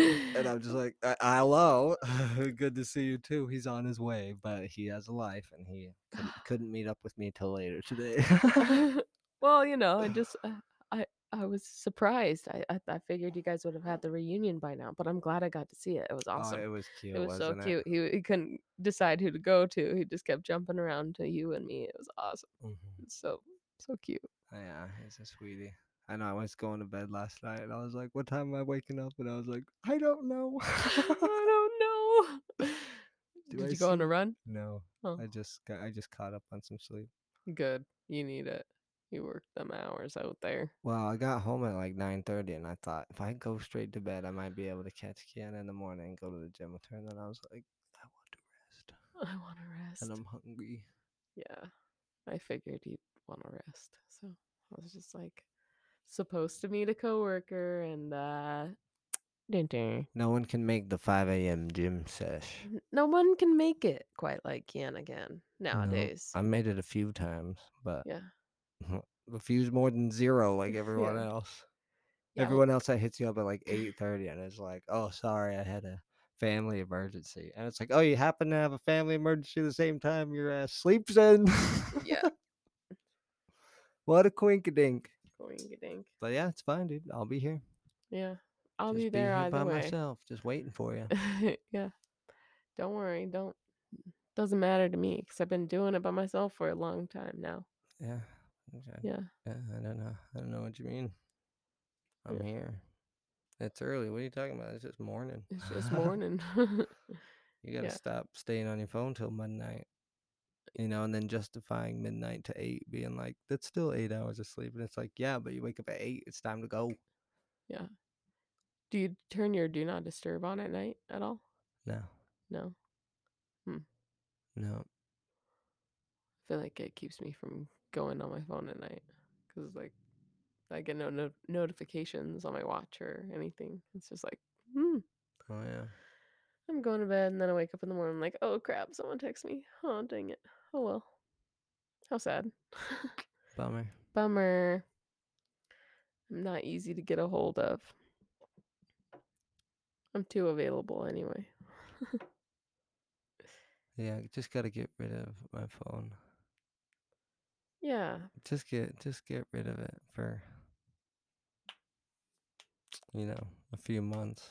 S1: And I'm just like, "Uh, "Hello, good to see you too." He's on his way, but he has a life, and he couldn't, couldn't meet up with me till later today. Oh,
S2: well, you know, I just uh, I I was surprised. I, I I figured you guys would have had the reunion by now, but I'm glad I got to see it. It was awesome.
S1: Oh, it
S2: it,
S1: was cute.
S2: was so
S1: wasn't
S2: cute.
S1: It?
S2: He he couldn't decide who to go to. He just kept jumping around to you and me. It was awesome.
S1: Mhm.
S2: It's so so cute.
S1: Oh, Yeah, he's a sweetie. I know. I was going to bed last night, and I was like, "What time am I waking up?" And I was like, "I don't know."
S2: I don't know.
S1: Do
S2: Did
S1: I
S2: you go on a
S1: see-
S2: run?
S1: no,
S2: Oh,
S1: I just got, I just caught up on some sleep.
S2: good. You need it. You worked them hours out there.
S1: Well, I got home at like nine thirty, and I thought if I go straight to bed, I might be able to catch Kiana in the morning and go to the gym with her. And then I was like, I want to rest,
S2: I want to rest.
S1: and I'm hungry.
S2: Yeah. I figured you'd want to rest. So I was just like supposed to meet a coworker and uh dun dun.
S1: No one can make the five a.m. gym sesh.
S2: N- no one can make it quite like Kian again nowadays.
S1: I made it a few times, but
S2: yeah.
S1: a few's more than zero, like everyone
S2: Yeah.
S1: else.
S2: Yeah,
S1: Everyone else that hits you up at like eight thirty, and it's like, oh, sorry, I had a family emergency, and it's like, oh, you happen to have a family emergency the same time your ass sleeps in.
S2: Yeah.
S1: what a quinkadink.
S2: Boing-a-dink.
S1: But yeah, it's fine, dude. I'll be here.
S2: Yeah. I'll
S1: Just
S2: be there
S1: here
S2: either
S1: by
S2: way.
S1: myself, just waiting for you.
S2: yeah. Don't worry. Don't doesn't matter to me cuz I've been doing it by myself for a long time now.
S1: yeah. I-
S2: Yeah.
S1: yeah, I don't know. I don't know what you mean. I'm
S2: Yeah.
S1: here. It's early. What are you talking about? It's just morning.
S2: It's just morning.
S1: you gotta
S2: Yeah.
S1: stop staying on your phone till midnight. You know, and then justifying midnight to eight, being like, that's still eight hours of sleep. And it's like, yeah, but you wake up at eight, it's time to go.
S2: Do you turn your do not disturb on at night at all?
S1: No,
S2: No.
S1: no.
S2: I feel like it keeps me from going on my phone at night because like I get no, no notifications on my watch or anything. It's just like, hmm,
S1: Oh, yeah.
S2: I'm going to bed, and then I wake up in the morning like, oh crap, someone texts me. Oh dang it. Oh well. How sad.
S1: Bummer.
S2: Bummer. I'm not easy to get a hold of. I'm too available anyway.
S1: Yeah, just gotta get rid of my phone.
S2: Yeah.
S1: just get just get rid of it for you know a few months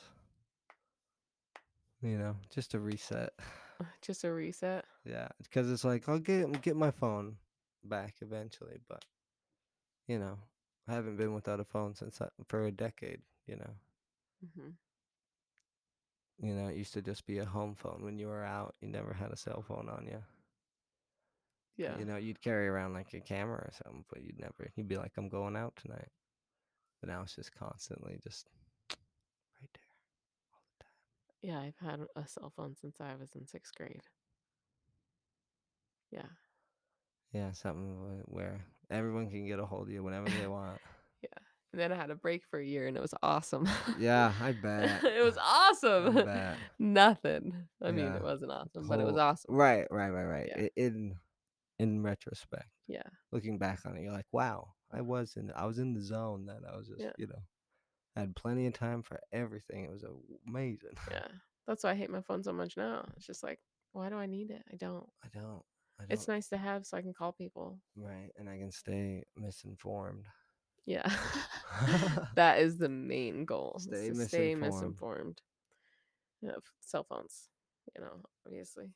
S1: you know just a reset
S2: Just a reset.
S1: yeah because it's like i'll get get my phone back eventually but you know i haven't been without a phone since I, for a decade you know
S2: hmm
S1: you know it used to just be a home phone when you were out you never had a cell phone on you
S2: Yeah.
S1: You know, you'd carry around like a camera or something, but you'd never. You'd be like, "I'm going out tonight," but now it's just constantly just right there all the time.
S2: Yeah, I've had a cell phone since I was in sixth grade. Yeah,
S1: Yeah, something wh- where everyone can get a hold of you whenever they want.
S2: yeah. And then I had a break for a year and it was awesome.
S1: Yeah, I bet.
S2: it was
S1: I
S2: awesome.
S1: bet.
S2: Nothing. I mean,
S1: Yeah.
S2: it wasn't awesome, but it was
S1: Whole-
S2: awesome.
S1: Right, right, right, right.
S2: Yeah.
S1: I- In in retrospect.
S2: Yeah.
S1: Looking back on it, you're like, wow, I was in I was in the zone then. I was just,
S2: Yeah.
S1: you know, I had plenty of time for everything. It was a- amazing.
S2: Yeah. That's why I hate my phone so much now. It's just like, why do I need it? I don't.
S1: I don't I don't
S2: It's nice to have so I can call people.
S1: right, and I can stay misinformed.
S2: Yeah. that is the main goal. is
S1: Stay
S2: to stay
S1: misinformed.
S2: misinformed. Yeah, f- cell phones, you know, obviously.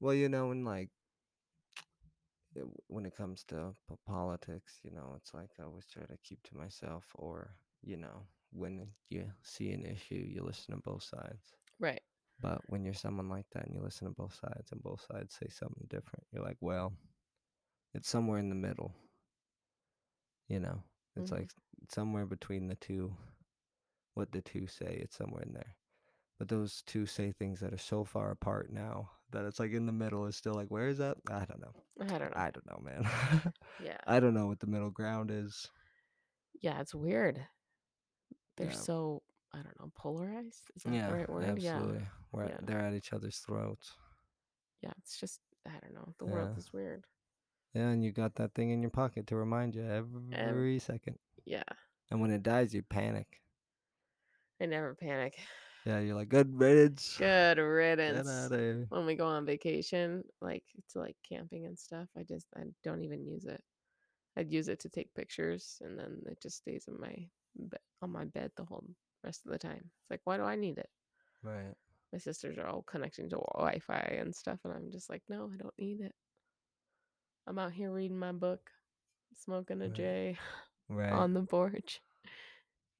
S1: Well, you know, and like it, when it comes to p- politics, you know, it's like I always try to keep to myself, or you know, when you see an issue, you listen to both sides.
S2: Right.
S1: But when you're someone like that and you listen to both sides, and both sides say something different, you're like, well, it's somewhere in the middle. You know, it's
S2: Mhm.
S1: like somewhere between the two, what the two say, it's somewhere in there. But those two say things that are so far apart now that it's like in the middle is still like, where is that? I don't know.
S2: I don't know.
S1: I don't know, man.
S2: yeah.
S1: I don't know what the middle ground is.
S2: Yeah, it's weird. They're
S1: Yeah.
S2: so I don't know, polarized. Is that
S1: yeah,
S2: the right word?
S1: absolutely.
S2: Yeah.
S1: We're,
S2: Yeah.
S1: They're at each other's throats.
S2: Yeah. It's just I don't know. The world
S1: Yeah.
S2: is weird.
S1: Yeah, and you got that thing in your pocket to remind you every second.
S2: Yeah.
S1: And when it dies, you panic.
S2: I never panic.
S1: Yeah, you're like, good riddance.
S2: Good
S1: Get
S2: riddance.
S1: out of here.
S2: when we go on vacation, like to like camping and stuff, I just I don't even use it. I'd use it to take pictures, and then it just stays in my be- on my bed the whole rest of the time. It's like, why do I need it?
S1: Right.
S2: My sisters are all connecting to Wi-Fi and stuff, and I'm just like, no, I don't need it. I'm out here reading my book, smoking a
S1: Right.
S2: J
S1: Right.
S2: on the porch.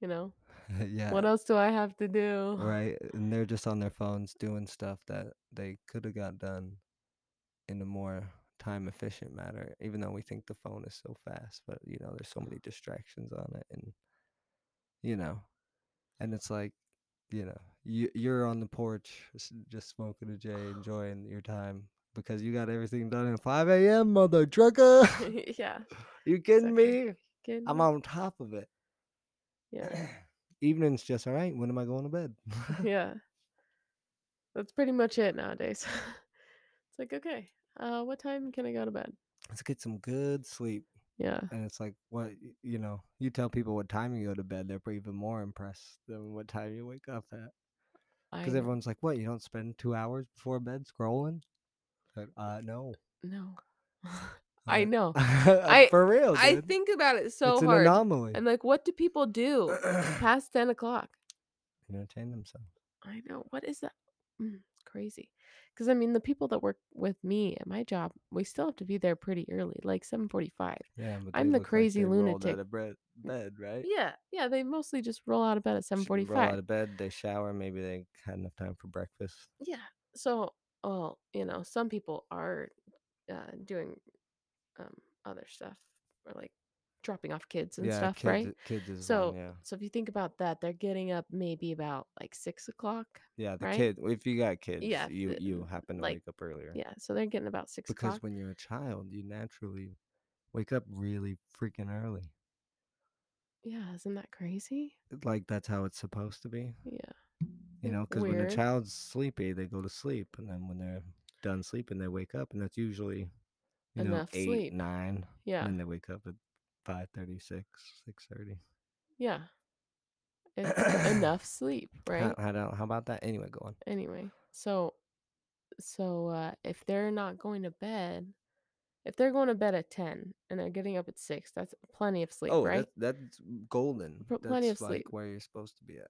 S2: You know,
S1: yeah.
S2: what else do I have to do?
S1: Right. And they're just on their phones doing stuff that they could have got done in a more time efficient manner, even though we think the phone is so fast, but you know, there's so many distractions on it and you know. And it's like, you know, you you're on the porch s- just smoking a J, enjoying your time because you got everything done at five AM, mother trucker.
S2: yeah,
S1: you kidding
S2: exactly.
S1: me?
S2: Kidding
S1: I'm
S2: me?
S1: on top of it.
S2: yeah.
S1: Evening's just all right. When am I going to bed?
S2: yeah. That's pretty much it nowadays. it's like, okay, uh, what time can I go to bed?
S1: Let's get some good sleep.
S2: Yeah.
S1: And it's like, what y- you know, you tell people what time you go to bed, they're pre- even more impressed than what time you wake up at.
S2: I
S1: Because
S2: kn-
S1: everyone's like, what? You don't spend two hours before bed scrolling? Like, uh, no.
S2: no.
S1: I'm
S2: I
S1: like,
S2: know.
S1: I, for real,
S2: I
S1: dude.
S2: think about it so
S1: it's an
S2: hard.
S1: anomaly.
S2: I'm like, what do people do past ten o'clock?
S1: Entertain themselves.
S2: I know. What is that? Mm, crazy. Because I mean, the people that work with me at my job, we still have to be there pretty early, like seven forty-five.
S1: Yeah, but
S2: I'm
S1: they
S2: the
S1: look like
S2: crazy
S1: they rolled
S2: lunatic.
S1: out of bed, bed right?
S2: Yeah, yeah. They mostly just roll out of bed at seven
S1: Sh- Roll out
S2: forty-five.
S1: of bed, they shower, maybe they had enough time for breakfast.
S2: yeah so well you know some people are uh doing um other stuff or like dropping off kids and
S1: yeah,
S2: stuff
S1: kids,
S2: right
S1: Kids is
S2: So-
S1: one, yeah.
S2: so if you think about that they're getting up maybe about like six o'clock
S1: Yeah, the
S2: right?
S1: kid. If you got kids,
S2: Yeah,
S1: you
S2: the- mm,
S1: you happen to
S2: like,
S1: wake up earlier.
S2: yeah so they're getting about six
S1: because
S2: o'clock
S1: when you're a child, you naturally wake up really freaking early.
S2: yeah isn't that crazy
S1: Like that's how it's supposed to be,
S2: yeah
S1: you
S2: Mm,
S1: know. Because when a
S2: weird.
S1: child's sleepy, they go to sleep, and then when they're done sleeping, they wake up, and that's usually you
S2: Enough
S1: know eight
S2: sleep.
S1: nine,
S2: yeah
S1: and then they wake up at five thirty six six thirty.
S2: yeah it's enough sleep right
S1: How, how, how about that? Anyway, go on.
S2: anyway so so uh if they're not going to bed if they're going to bed at 10 and they're getting up at 6 that's plenty of sleep right
S1: Oh, that, that's golden.
S2: Pro- plenty
S1: that's
S2: of
S1: like
S2: sleep.
S1: where you're supposed to be at.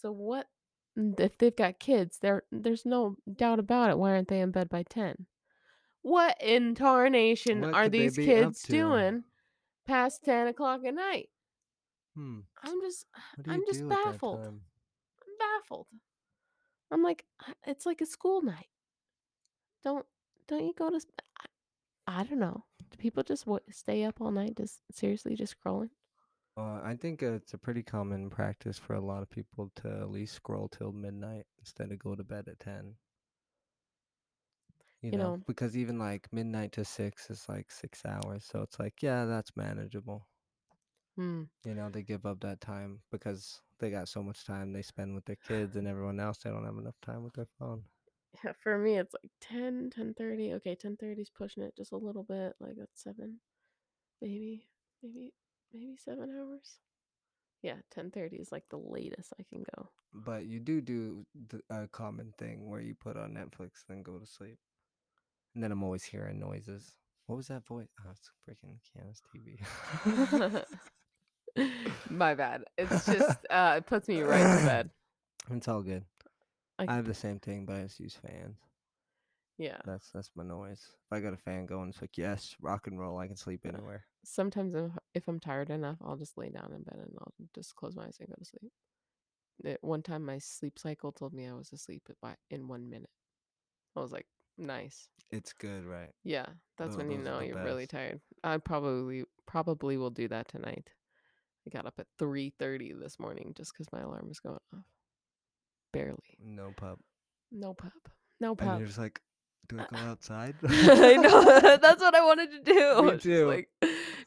S2: So what n- if they've got kids? There, there's no doubt about it. Why aren't they in bed by ten? What in tarnation
S1: What
S2: are
S1: could they
S2: these
S1: be up
S2: kids
S1: to?
S2: doing past ten o'clock at night?
S1: Hmm.
S2: I'm just,
S1: What do you
S2: I'm just
S1: do at that
S2: baffled.
S1: time?
S2: I'm baffled. I'm like, "I- it's like a school night. Don't, don't you go to? sp- I, I don't know. Do people just wa stay up all night? Just seriously, just scrolling?
S1: Uh, I think uh, it's a pretty common practice for a lot of people to at least scroll till midnight instead of go to bed at 10. You,
S2: You
S1: know,
S2: know.
S1: because even like midnight to 6 is like 6 hours. So it's like, yeah, that's manageable.
S2: Hmm.
S1: You know, they give up that time because they got so much time they spend with their kids and everyone else. They don't have enough time with their phone.
S2: For me, it's like 10, 10.30. Okay, 10.30 is pushing it just a little bit. Like, that's 7, maybe, maybe, maybe 7 hours. Yeah, 10.30 is like the latest I can go.
S1: But you do do th- a common thing where you put on Netflix, then go to sleep. And then I'm always hearing noises. What was that voice? Oh, it's freaking Kiana's TV.
S2: My bad. It's just uh, it puts me right to bed.
S1: it's all good.
S2: I-
S1: I have the same thing, but I just use fans.
S2: Yeah.
S1: That's that's my noise. If I got a fan going, it's like yes, rock and roll. I can sleep
S2: Uh
S1: anywhere.
S2: Sometimes if, if I'm tired enough, I'll just lay down in bed and I'll just close my eyes and go to sleep. It, one time, my sleep cycle told me I was asleep at by in one minute. I was like, nice.
S1: It's good, right?
S2: Yeah, that's
S1: Tho-
S2: when
S1: Oh,
S2: you
S1: those are
S2: know
S1: the
S2: you're really
S1: best.
S2: tired. I probably probably will do that tonight. I got up at three thirty this morning just because my alarm was going off. Barely.
S1: No pup.
S2: No pup. No
S1: And
S2: pup.
S1: you're just like, do I go outside?
S2: I know. That's what I wanted to do.
S1: Me
S2: It's just
S1: too.
S2: Like,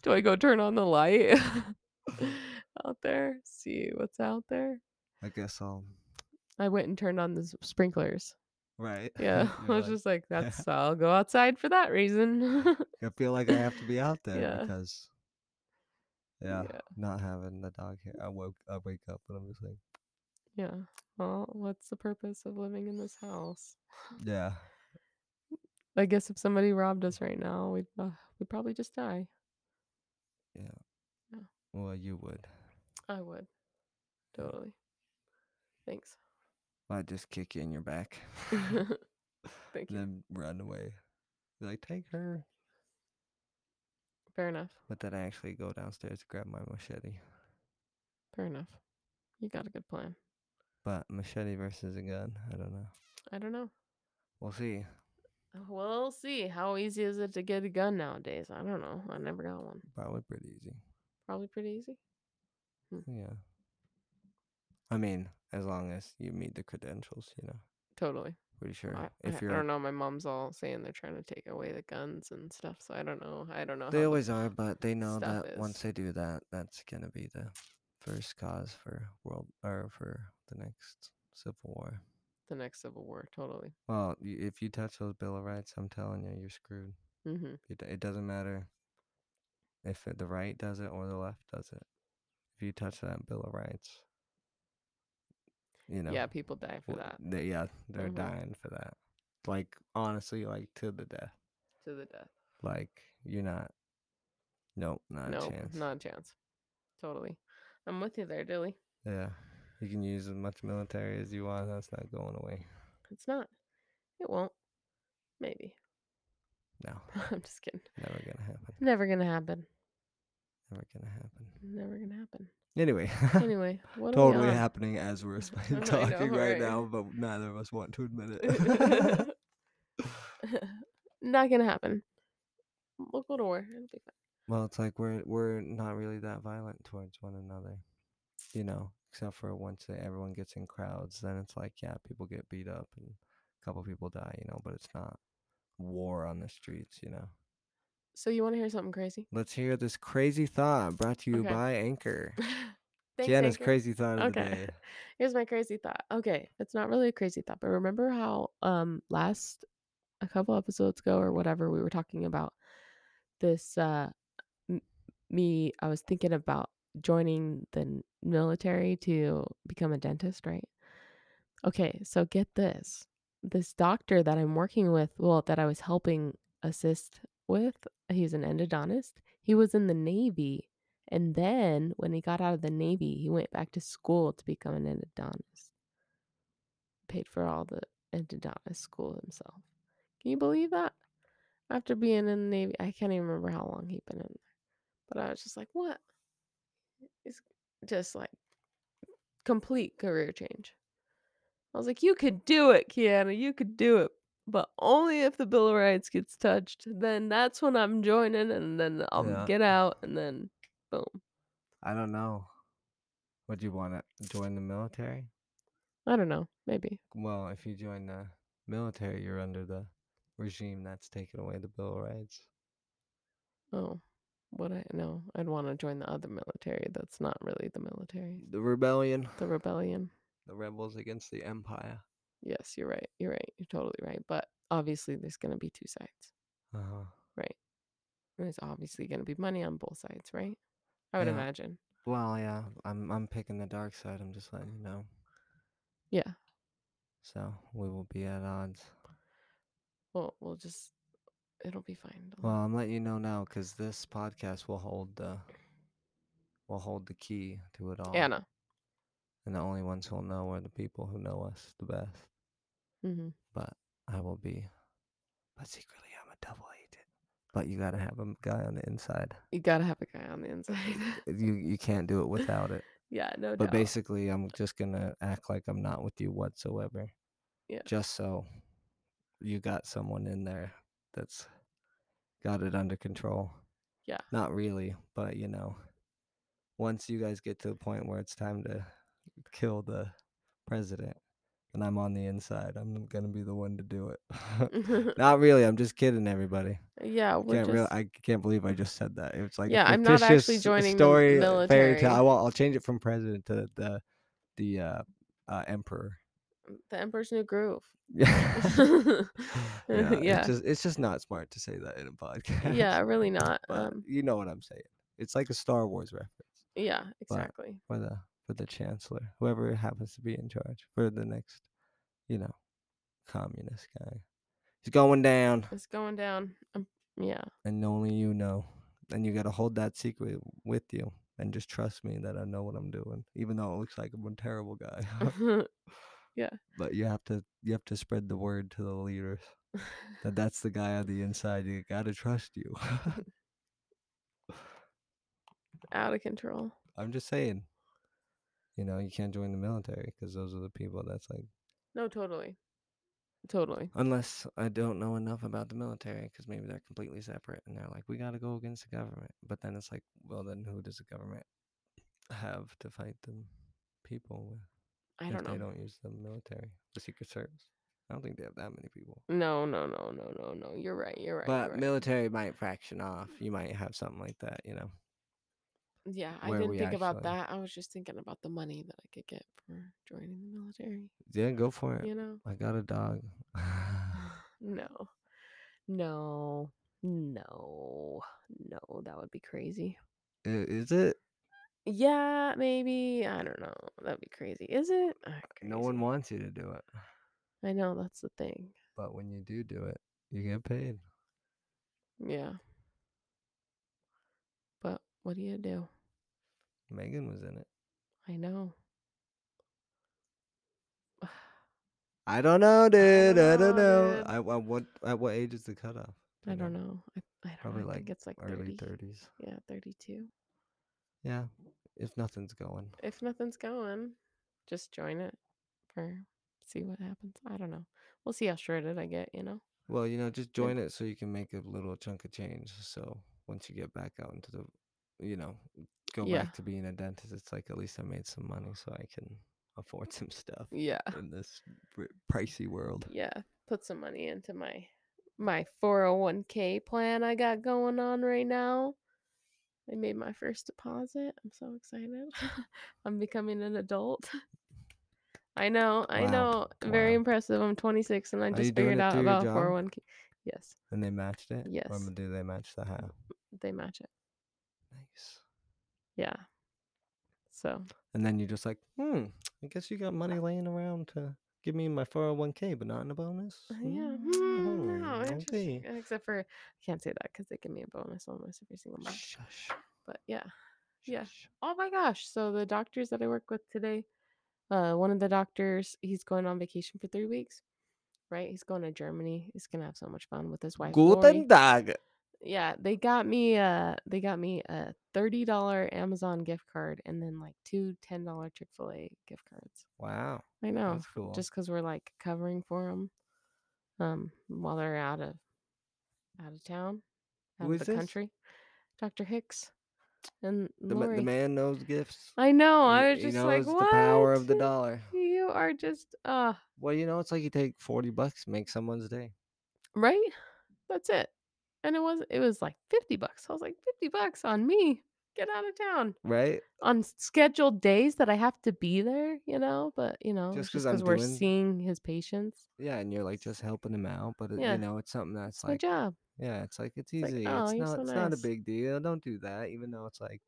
S2: do I go turn on the light out there? See what's out there.
S1: I guess I'll.
S2: I went and turned on the s- sprinklers.
S1: Right.
S2: Yeah, I
S1: You're
S2: was
S1: like,
S2: just like, that's. I'll go outside for that reason.
S1: I feel like I have to be out there
S2: Yeah.
S1: because. Yeah,
S2: Yeah.
S1: not having the dog here. I woke. I wake up and I'm just like,
S2: yeah. Well, what's the purpose of living in this house?
S1: yeah,
S2: I guess if somebody robbed us right now, we'd uh, we'd probably just die.
S1: well, you would.
S2: I would.
S1: Yeah.
S2: Totally. Thanks.
S1: I'd just kick you in your back, and
S2: Thank you.
S1: then run away. Be like, take her.
S2: Fair enough.
S1: But then I actually go downstairs to grab my machete.
S2: Fair enough. You got a good plan.
S1: But machete versus a gun, I don't know.
S2: I don't know.
S1: We'll see.
S2: We'll see. How easy is it to get a gun nowadays? I don't know. I never got one.
S1: Probably pretty easy.
S2: Probably pretty easy.
S1: Yeah. I mean, as long as you meet the credentials, you know.
S2: Totally.
S1: Pretty sure.
S2: I, I- I
S1: if you're,
S2: don't know. My mom's all saying they're trying to take away the guns and stuff, so I don't know. I don't know.
S1: they
S2: how
S1: always are, but they know
S2: Uh-huh. stuff
S1: that once
S2: is.
S1: they do that, that's gonna be the first cause for world or for the next civil war.
S2: the next civil war. Totally.
S1: Well, y- if you touch those Bill of Rights, I'm telling you, you're screwed.
S2: Mm-hmm.
S1: It, it doesn't matter if it- the right does it or the left does it. If you touch that Bill of Rights, you know.
S2: Yeah, people die for
S1: w-
S2: that
S1: They, yeah, they're
S2: Mhm.
S1: dying for that. Like honestly, like to the death.
S2: to the death.
S1: Like you're not. Nope, not
S2: no,
S1: a chance.
S2: not a chance. Totally. I'm with you there, Dilly.
S1: Yeah, you can use as much military as you want. That's not going away.
S2: It's not. It won't. Maybe.
S1: No,
S2: I'm just kidding.
S1: never gonna happen.
S2: Never gonna happen.
S1: Never gonna happen.
S2: Never gonna happen.
S1: Anyway.
S2: Anyway, what are we
S1: Totally
S2: on?
S1: happening as we're sp-
S2: I know,
S1: talking right
S2: right?
S1: now, but neither of us want to admit it.
S2: Not gonna happen. We'll go to war. It'll be fine.
S1: Well, it's like we're we're not really that violent towards one another, you know, except for once that everyone gets in crowds, then it's like yeah, people get beat up and a couple people die, you know, but it's not war on the streets, you know.
S2: So you want to hear something crazy?
S1: Let's hear this crazy thought brought to you
S2: Okay.
S1: by Anchor.
S2: Thanks,
S1: Jenna's
S2: Anchor.
S1: crazy thought of the
S2: Okay.
S1: day.
S2: Here's my crazy thought. Okay, it's not really a crazy thought, but remember how um last a couple episodes ago or whatever we were talking about this uh m- me I was thinking about joining the n- military to become a dentist, right? Okay, so get this. This doctor that I'm working with, well, that I was helping assist with, he's an endodontist. He was in the Navy. And then when he got out of the Navy, he went back to school to become an endodontist. Paid for all the endodontist school himself. Can you believe that? After being in the Navy, I can't even remember how long he'd been in there. But I was just like, what? It's just like complete career change. I was like, you could do it, Kiana. You could do it. But only if the Bill of Rights gets touched. Then that's when I'm joining, and then I'll
S1: Yeah.
S2: get out, and then boom.
S1: I don't know. Would you want to join the military?
S2: I don't know. Maybe.
S1: Well, if you join the military, you're under the regime that's taken away the Bill of Rights.
S2: Oh, What I no, I'd want to join the other military. That's not really the military.
S1: The rebellion,
S2: The rebellion.
S1: the rebels against the empire.
S2: Yes, you're right. You're right. You're totally right. But obviously, there's going to be two sides.
S1: Uh-huh.
S2: There's obviously going to be money on both sides, right? I would
S1: Yeah.
S2: imagine.
S1: Well, yeah, I'm I'm picking the dark side. I'm just letting you know.
S2: Yeah.
S1: So we will be at odds.
S2: Well, we'll just. It'll be fine. don't-
S1: Well, I'm letting you know now because this podcast will hold the will hold the key to it all.
S2: Anna.
S1: And the only ones who'll know are the people who know us the best.
S2: hmm
S1: But I will be. But secretly, I'm a double agent. But you gotta have a m- guy on the inside.
S2: You gotta have a guy on the inside.
S1: You you can't do it without it.
S2: yeah, no
S1: But
S2: doubt.
S1: basically, I'm just gonna act like I'm not with you whatsoever.
S2: Yeah.
S1: Just so you got someone in there that's got it under control.
S2: Yeah.
S1: Not really, but you know, once you guys get to the point where it's time to kill the president, and I'm on the inside, I'm gonna be the one to do
S2: Mm-hmm.
S1: it. not really. I'm just kidding, everybody.
S2: yeah, we're
S1: Can't
S2: just.
S1: real, I can't believe I just said that. It's like a
S2: Yeah, I'm not actually
S1: fictitious
S2: joining the
S1: story uh, fairy
S2: military.
S1: tale. I will, I'll change it from president to the the uh, uh, emperor.
S2: The Emperor's New Groove.
S1: yeah,
S2: Yeah.
S1: It's just, it's just not smart to say that in a podcast.
S2: yeah, really not.
S1: but
S2: Um,
S1: you know what I'm saying. It's like a Star Wars reference
S2: yeah, exactly.
S1: for the for the chancellor, whoever happens to be in charge for the next, you know, communist guy. He's going down,
S2: It's going down. Um, yeah,
S1: and only you know. And you got to hold that secret with you, and just trust me that I know what I'm doing, even though it looks like I'm a terrible guy. Uh-huh. but you have to you have to spread the word to the leaders. that that's the guy on the inside. You gotta trust you.
S2: out of control.
S1: I'm just saying. You know, you can't join the military because those are the people that's like.
S2: No, totally, totally.
S1: Unless I don't know enough about the military because maybe they're completely separate and they're like, we gotta go against the government. But then it's like, well, then who does the government have to fight the people with
S2: I
S1: if
S2: don't know.
S1: they don't use the military, the Secret Service? I don't think they have that many people.
S2: No, no, no, no, no, no. You're right. You're right.
S1: but
S2: you're right.
S1: military might fraction off. You might have something like that, you know.
S2: yeah, I
S1: where
S2: didn't
S1: we
S2: think about
S1: actually-
S2: that. I was just thinking about the money that I could get for joining the military.
S1: Yeah, go for it.
S2: You know?
S1: I got a dog.
S2: No, no, no, no. That would be crazy.
S1: I- Is it?
S2: Yeah, maybe. I don't know. That'd be crazy. Is it? Ah,
S1: No one
S2: crazy.
S1: wants you to do it,
S2: I know that's the thing.
S1: but when you do do it, you get paid.
S2: Yeah. But what do you do?
S1: Megan was in it.
S2: I know.
S1: I don't know, dude. I don't know.
S2: know,
S1: I, I what at what age is the cutoff? Do
S2: I
S1: you
S2: don't know. I, I don't
S1: Probably
S2: know. I
S1: like
S2: think it's like
S1: Early
S2: 30.
S1: thirties.
S2: Yeah, 32.
S1: Yeah, if nothing's going.
S2: If nothing's going, just join it for see what happens. I don't know. We'll see how shredded I get, you know?
S1: Well, you know, just join it so you can make a little chunk of change. So once you get back out into the, you know, go
S2: Yeah.
S1: back to being a dentist. It's like at least I made some money, so I can afford some stuff
S2: Yeah.
S1: in this r- pricey world.
S2: Yeah. Put some money into my my 401k plan I got going on right now. I made my first deposit. I'm so excited. I'm becoming an adult. I know, I
S1: Wow,
S2: know. Very
S1: wow.
S2: impressive. I'm 26 and I
S1: you
S2: just
S1: doing
S2: figured
S1: it
S2: out
S1: through your
S2: about
S1: job?
S2: 401k. Yes,
S1: And they matched it? Or
S2: Yes.
S1: m- do they match the half?
S2: they match it.
S1: Nice.
S2: Yeah. So,
S1: And then you're just like, hmm, I guess you got
S2: Uh
S1: money laying around to give me my 401k, but not in a bonus?
S2: uh, yeah.
S1: Mm,
S2: Hmm, no, interesting.
S1: okay."
S2: Except for I can't say that because they give me a bonus almost every single month.
S1: Shush.
S2: But yeah. Yeah.
S1: shush.
S2: Oh my gosh. So the doctors that I work with today, uh, one of the doctors, he's going on vacation for three weeks, right? He's going to Germany. He's gonna have so much fun with his wife. Lori.
S1: Guten Tag.
S2: Yeah, they got me uh they got me a thirty dollar Amazon gift card and then like two ten dollar Chick fil A gift cards.
S1: Wow.
S2: I know,
S1: That's cool.
S2: just because we're like covering for them, um, while they're out of out of town, out
S1: Who
S2: of
S1: is
S2: the
S1: this?
S2: country. Doctor Hicks and
S1: the, ma-
S2: Lori.
S1: the man knows gifts.
S2: I know.
S1: He-
S2: I was
S1: he
S2: just
S1: knows
S2: like,
S1: the
S2: what?
S1: power of the dollar.
S2: You are just uh
S1: Well, you know, it's like you take 40 bucks, make someone's day.
S2: right. That's it. and it was it was like 50 bucks i was like 50 bucks on me get out of town
S1: right?
S2: on s- scheduled days that i have to be there you know but you know
S1: Just
S2: just
S1: 'cause
S2: because
S1: I'm
S2: we're
S1: doing-
S2: seeing his patients
S1: Yeah, and you're like just helping them out, but it,
S2: Yeah.
S1: you know it's something that's
S2: it's my
S1: like
S2: job
S1: yeah, it's like it's
S2: like,
S1: easy.
S2: "Oh,
S1: it's
S2: you're
S1: not
S2: so
S1: it's not a
S2: nice."
S1: big deal. Don't do that, even though it's like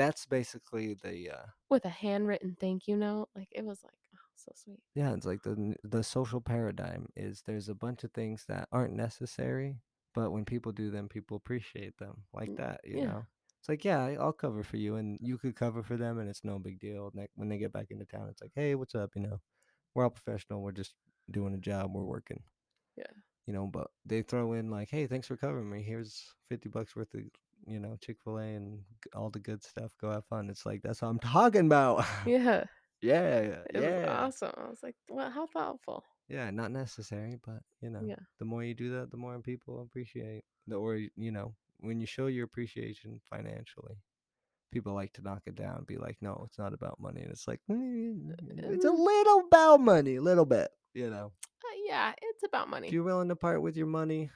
S1: that's basically the uh
S2: with a handwritten thank you note like it was like oh, so sweet
S1: yeah, it's like the n- the social paradigm is there's a bunch of things that aren't necessary, but when people do them, people appreciate them like
S2: Mm,
S1: that. You
S2: yeah.
S1: know, it's like yeah, I- I'll cover for you, and you could cover for them, and it's no big deal. Like when they get back into town, it's like hey, what's up? You know, we're all professional. We're just doing a job. We're working.
S2: Yeah.
S1: You know, but they throw in like, hey, thanks for covering me. Here's fifty bucks worth of you know Chick Fil A and g- all the good stuff. Go have fun. It's like that's what I'm talking about.
S2: yeah
S1: Oh, yeah.
S2: it was
S1: Yeah.
S2: awesome i was like well how thoughtful
S1: Yeah, not necessary, but you know,
S2: Yeah.
S1: the more you do that, the more people appreciate. The or y- you know, when you show your appreciation financially, people like to knock it down, and be like, "No, it's not about money." And it's like, "Mm, it's a
S2: Mm.
S1: little about money, a little bit. You know,
S2: uh, yeah it's about money
S1: if you're willing to part with your money,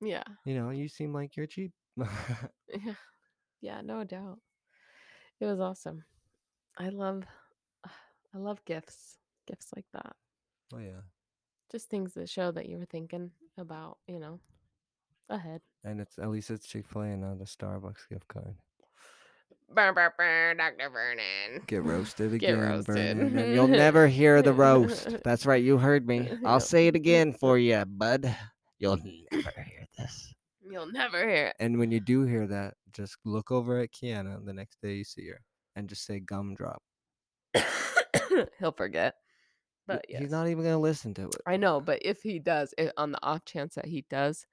S2: yeah
S1: you know, you seem like you're cheap.
S2: Yeah. Yeah, no doubt. It was awesome. I love I love gifts. Gifts like that.
S1: oh yeah,
S2: Just things that show that you were thinking about, you know, ahead.
S1: and it's at least it's Chick Fil A and not a Starbucks gift card.
S2: Burr, burr, burr, Dr. Vernon.
S1: Get roasted
S2: Get
S1: again,
S2: roasted.
S1: Vernon, and you'll never hear the roast. That's right, you heard me. I'll say it again for you, bud. You'll never hear this.
S2: You'll never hear it.
S1: And when you do hear that, just look over at Kiana the next day you see her and just say gumdrop.
S2: He'll forget.
S1: Y-
S2: But yes.
S1: He's not even gonna listen to it.
S2: I know, but if he does, it, on the off chance that he does,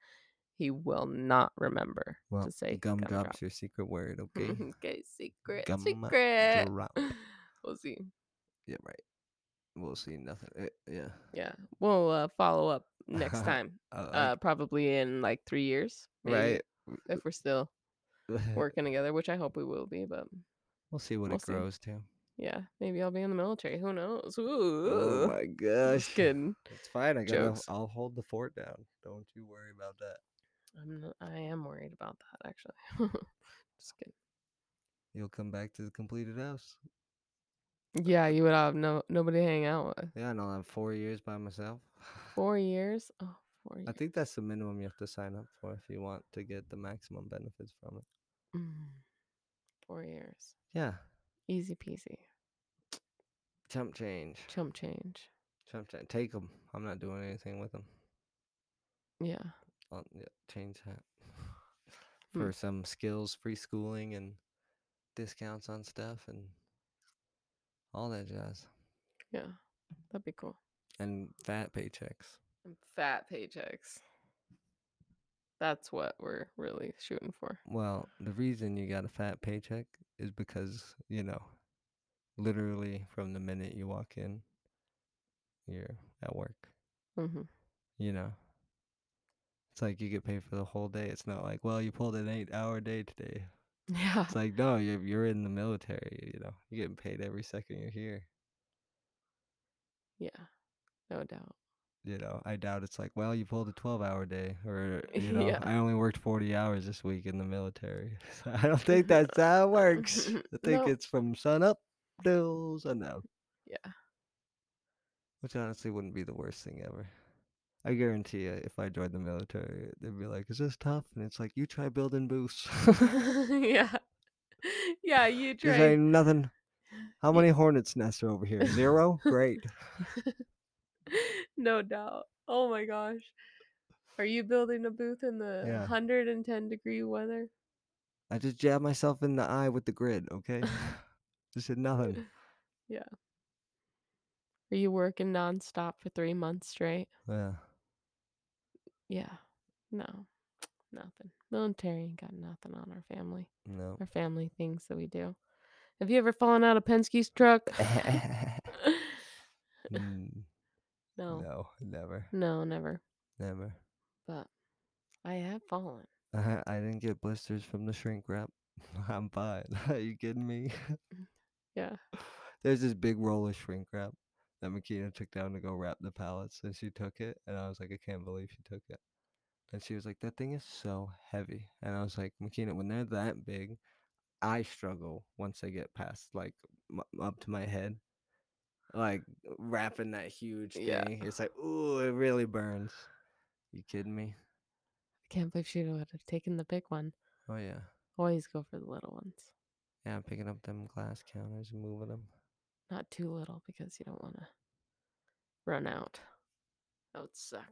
S2: he will not remember
S1: Well,
S2: to say
S1: gumdrop's
S2: gumdrop.
S1: your secret word, okay?
S2: okay, secret,
S1: Gum
S2: secret.
S1: drop.
S2: We'll see.
S1: yeah, right. We'll see nothing. eh, yeah.
S2: Yeah, we'll uh, follow up next time.
S1: Uh,
S2: Uh, probably in like three years, maybe,
S1: right.
S2: If we're still working together, which I hope we will be, but
S1: we'll see what
S2: we'll
S1: it
S2: see.
S1: grows to.
S2: yeah, maybe I'll be in the military. Who knows?
S1: Oh
S2: Ooh,
S1: my
S2: just
S1: gosh.
S2: kidding.
S1: It's fine. I got. no-
S2: Jokes.
S1: I'll hold the fort down. Don't you worry about that.
S2: I'm not, I am worried about that actually. just kidding.
S1: You'll come back to the completed house.
S2: Yeah, you would have no nobody to hang out with.
S1: Yeah, and I'll have four years by myself.
S2: Four years. Oh, four years.
S1: I think that's the minimum you have to sign up for if you want to get the maximum benefits from it.
S2: Mm, four years.
S1: Yeah,
S2: Easy peasy.
S1: chump change.
S2: Chump change.
S1: Chump change. Take them. I'm not doing anything with them.
S2: Yeah.
S1: I'll yeah, change that
S2: Hmm.
S1: for some skills, free schooling, and discounts on stuff and all that jazz.
S2: Yeah. That'd be cool.
S1: And fat paychecks.
S2: and fat paychecks. That's what we're really shooting for.
S1: Well, the reason you got a fat paycheck is because, you know, literally from the minute you walk in, you're at work,
S2: hmm
S1: you know. It's like you get paid for the whole day. It's not like, well, you pulled an eight hour day today.
S2: Yeah.
S1: It's like, no, you're, you're in the military, you know. You're getting paid every second you're here.
S2: Yeah. No doubt.
S1: You know, I doubt it's like, well, you pulled a 12 hour day, or, you know,
S2: Yeah.
S1: I only worked 40 hours this week in the military. So I don't think that's how it works. I think
S2: Nope.
S1: it's from sun up till sundown.
S2: Yeah.
S1: Which honestly wouldn't be the worst thing ever. I guarantee you, if I joined the military, they'd be like, "Is this tough?" And it's like, "You try building booths.
S2: yeah. Yeah, you
S1: You're
S2: try.
S1: saying nothing. How many hornets' nests are over here? Zero. Great.
S2: no doubt. Oh my gosh. Are you building a booth in the
S1: Yeah.
S2: 110 degree weather?
S1: I just jabbed myself in the eye with the grid. Okay, just said nothing.
S2: Are you working nonstop for three months straight?
S1: Yeah,
S2: Yeah. No. Nothing. Military ain't got nothing on our family.
S1: no.
S2: our family things that we do. Have you ever fallen out of Penske's truck?
S1: Mm,
S2: no,
S1: no, never,
S2: no, never.
S1: never.
S2: But I have fallen.
S1: Uh-huh, I, I didn't get blisters from the shrink wrap. I'm fine. Are you kidding me?
S2: Mm, Yeah.
S1: There's this big roll of shrink wrap that Makina took down to go wrap the pallets, and she took it, and I was like, I can't believe she took it. And she was like, that thing is so heavy. And I was like, Makina, when they're that big, I struggle once I get past like m- up to my head. Like wrapping that huge thing.
S2: Yeah.
S1: It's like, ooh, it really burns. You kidding me?
S2: I can't believe she would have taken the big one.
S1: Oh, yeah.
S2: Always go for the little ones.
S1: Yeah, I'm picking up them glass counters and moving them.
S2: Not too little because you don't want to run out. That would suck.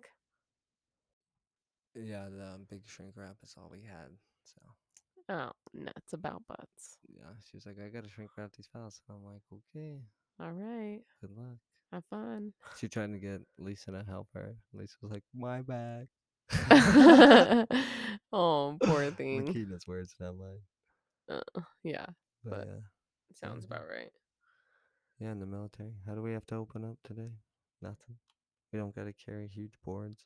S1: Yeah, the um, big shrink wrap is all we had. So,
S2: Oh, nuts about butts.
S1: yeah, she was like, I got to shrink wrap these files. And I'm like, okay,
S2: All right.
S1: good luck.
S2: Have fun.
S1: She tried to get Lisa to help her. Lisa was like, "My back."
S2: oh, poor thing.
S1: Makita's words, not mine.
S2: Yeah,
S1: But,
S2: But-
S1: yeah,
S2: sounds
S1: Mhm.
S2: about right.
S1: yeah, in the military, how do we have to open up today? Nothing. We don't got to carry huge boards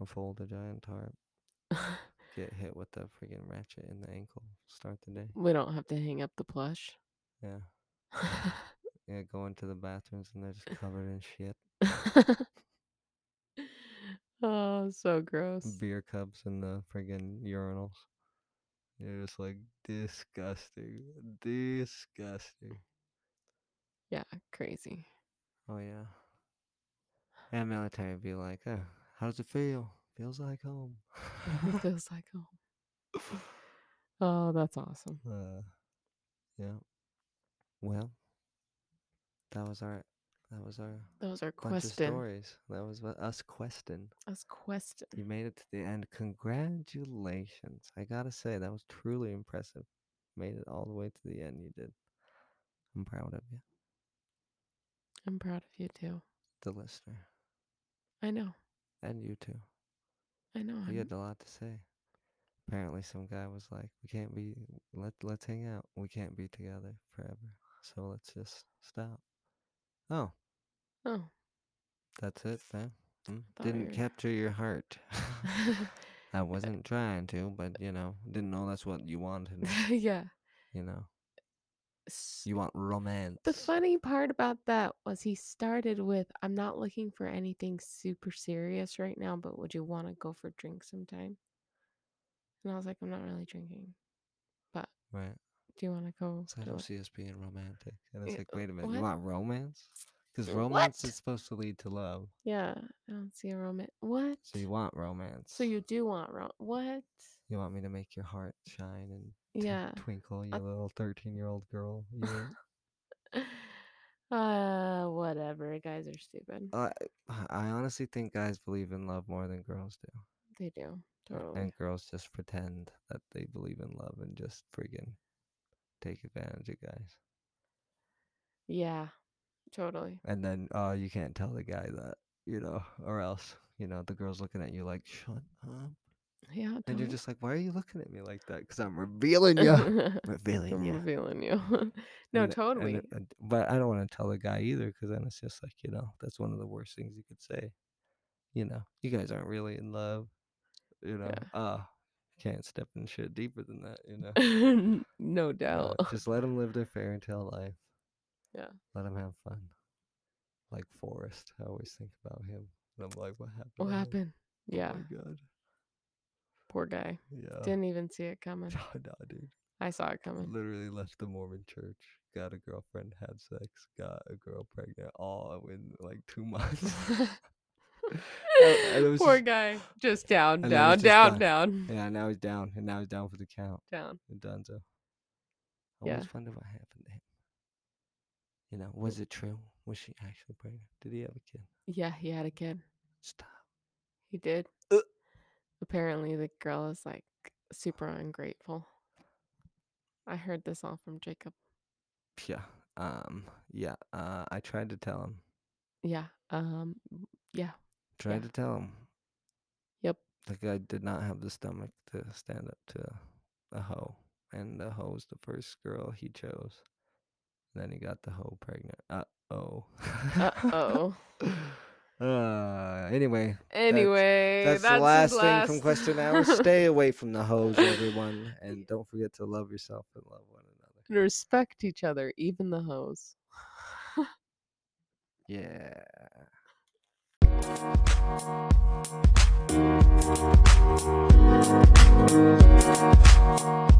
S1: or fold a giant tarp. Get hit with the freaking ratchet in the ankle. Start the day.
S2: we don't have to hang up the plush.
S1: Yeah, yeah. Go into the bathrooms and they're just covered in shit.
S2: oh, so gross.
S1: Beer cups in the friggin' urinals. You're just like disgusting, disgusting.
S2: Yeah, crazy.
S1: Oh yeah. And military would be like, oh, how does it feel? Feels like home.
S2: It feels like home. Oh, that's awesome.
S1: uh, yeah. Well, that was our that was our
S2: Those are
S1: bunch of
S2: questions.
S1: stories. That was what, us questing.
S2: That's question.
S1: You made it to the end. Congratulations! I gotta say that was truly impressive. Made it all the way to the end. You did. I'm proud of you,
S2: I'm proud of you too.
S1: the listener,
S2: I know.
S1: and you too.
S2: I know.
S1: He
S2: I'm-
S1: had a lot to say. Apparently, some guy was like, "We can't be let let's hang out. We can't be together forever. So let's just stop." Oh,
S2: Oh.
S1: that's it, man. Mm,
S2: thought we
S1: Didn't
S2: were-
S1: capture your heart.
S2: oh.
S1: I wasn't trying to, but you know, didn't know that's what you wanted.
S2: yeah.
S1: You know,
S2: S-
S1: you want romance.
S2: The funny part about that was he started with, I'm not looking for anything super serious right now, but would you want to go for a drink sometime? And I was like, I'm not really drinking.
S1: right?
S2: Do you want to go?
S1: So I
S2: Do you
S1: don't
S2: want-"
S1: see us being romantic. And it's
S2: Yeah,
S1: like, wait a minute,
S2: uh, what?
S1: you want romance? Because romance
S2: What?
S1: is supposed to lead to love.
S2: Yeah, I don't see a romance. What?
S1: So you want romance.
S2: So you do want rom? What?
S1: You want me to make your heart shine and tw-
S2: Yeah. Uh
S1: twinkle, you
S2: I-
S1: little thirteen-year-old girl. You.
S2: Uh, whatever. Guys are stupid.
S1: uh, I honestly think guys believe in love more than girls do,
S2: They do.
S1: Uh,
S2: Totally.
S1: and girls just pretend that they believe in love and just freaking take advantage of guys.
S2: Yeah, totally.
S1: And then, uh, you can't tell the guy that, you know, or else, you know, the girl's looking at you like, "Shut up,"
S2: Yeah. Totally.
S1: and you're just like, "Why are you looking at me like that?" Because I'm revealing you.
S2: I'm
S1: revealing you.
S2: revealing you. Mm-hmm. no,
S1: And- and
S2: totally.
S1: it- and- but I don't want to tell the guy either because then it's just like, you know, that's one of the worst things you could say. You know, you guys aren't really in love. You know,
S2: Yeah.
S1: ah, can't step in shit deeper than that, you know.
S2: no
S1: Uh,
S2: doubt.
S1: just let them live their fairy tale life.
S2: Yeah.
S1: Let them have fun. Like Forrest, I always think about him. And I'm like, what happened?
S2: What
S1: to him?
S2: happened? Yeah,
S1: Oh my God.
S2: poor guy.
S1: Yeah.
S2: Didn't even see it coming.
S1: No, no, dude.
S2: I saw it coming.
S1: Literally left the Mormon church, got a girlfriend, had sex, got a girl pregnant, all in like two months. and it was
S2: poor
S1: just-
S2: guy. Just down,
S1: and then
S2: down,
S1: it's just
S2: down,
S1: done.
S2: down,
S1: Yeah, now he's down, and now he's down for the count.
S2: down.
S1: And Dunzo. I
S2: Yeah.
S1: always wonder what happened to him. You know, was it true? Was she actually pregnant? Did he have a kid?
S2: Yeah, he had a kid.
S1: Stop.
S2: He did.
S1: Uh.
S2: Apparently, the girl is like super ungrateful. I heard this all from Jacob.
S1: Yeah. Um. Yeah. Uh. I tried to tell him.
S2: Yeah. Um. Yeah.
S1: Tried to tell him.
S2: Yep.
S1: The guy did not have the stomach to stand up to a hoe, and the hoe was the first girl he chose. Then he got the hoe pregnant. Uh oh.
S2: Uh oh.
S1: uh. Anyway,
S2: Anyway,
S1: that's, the last
S2: his
S1: thing from question hour.
S2: last-
S1: Stay away from the hoes, everyone, and don't forget to love yourself and love one another.
S2: Respect each other, even the hoes.
S1: Yeah. Bye.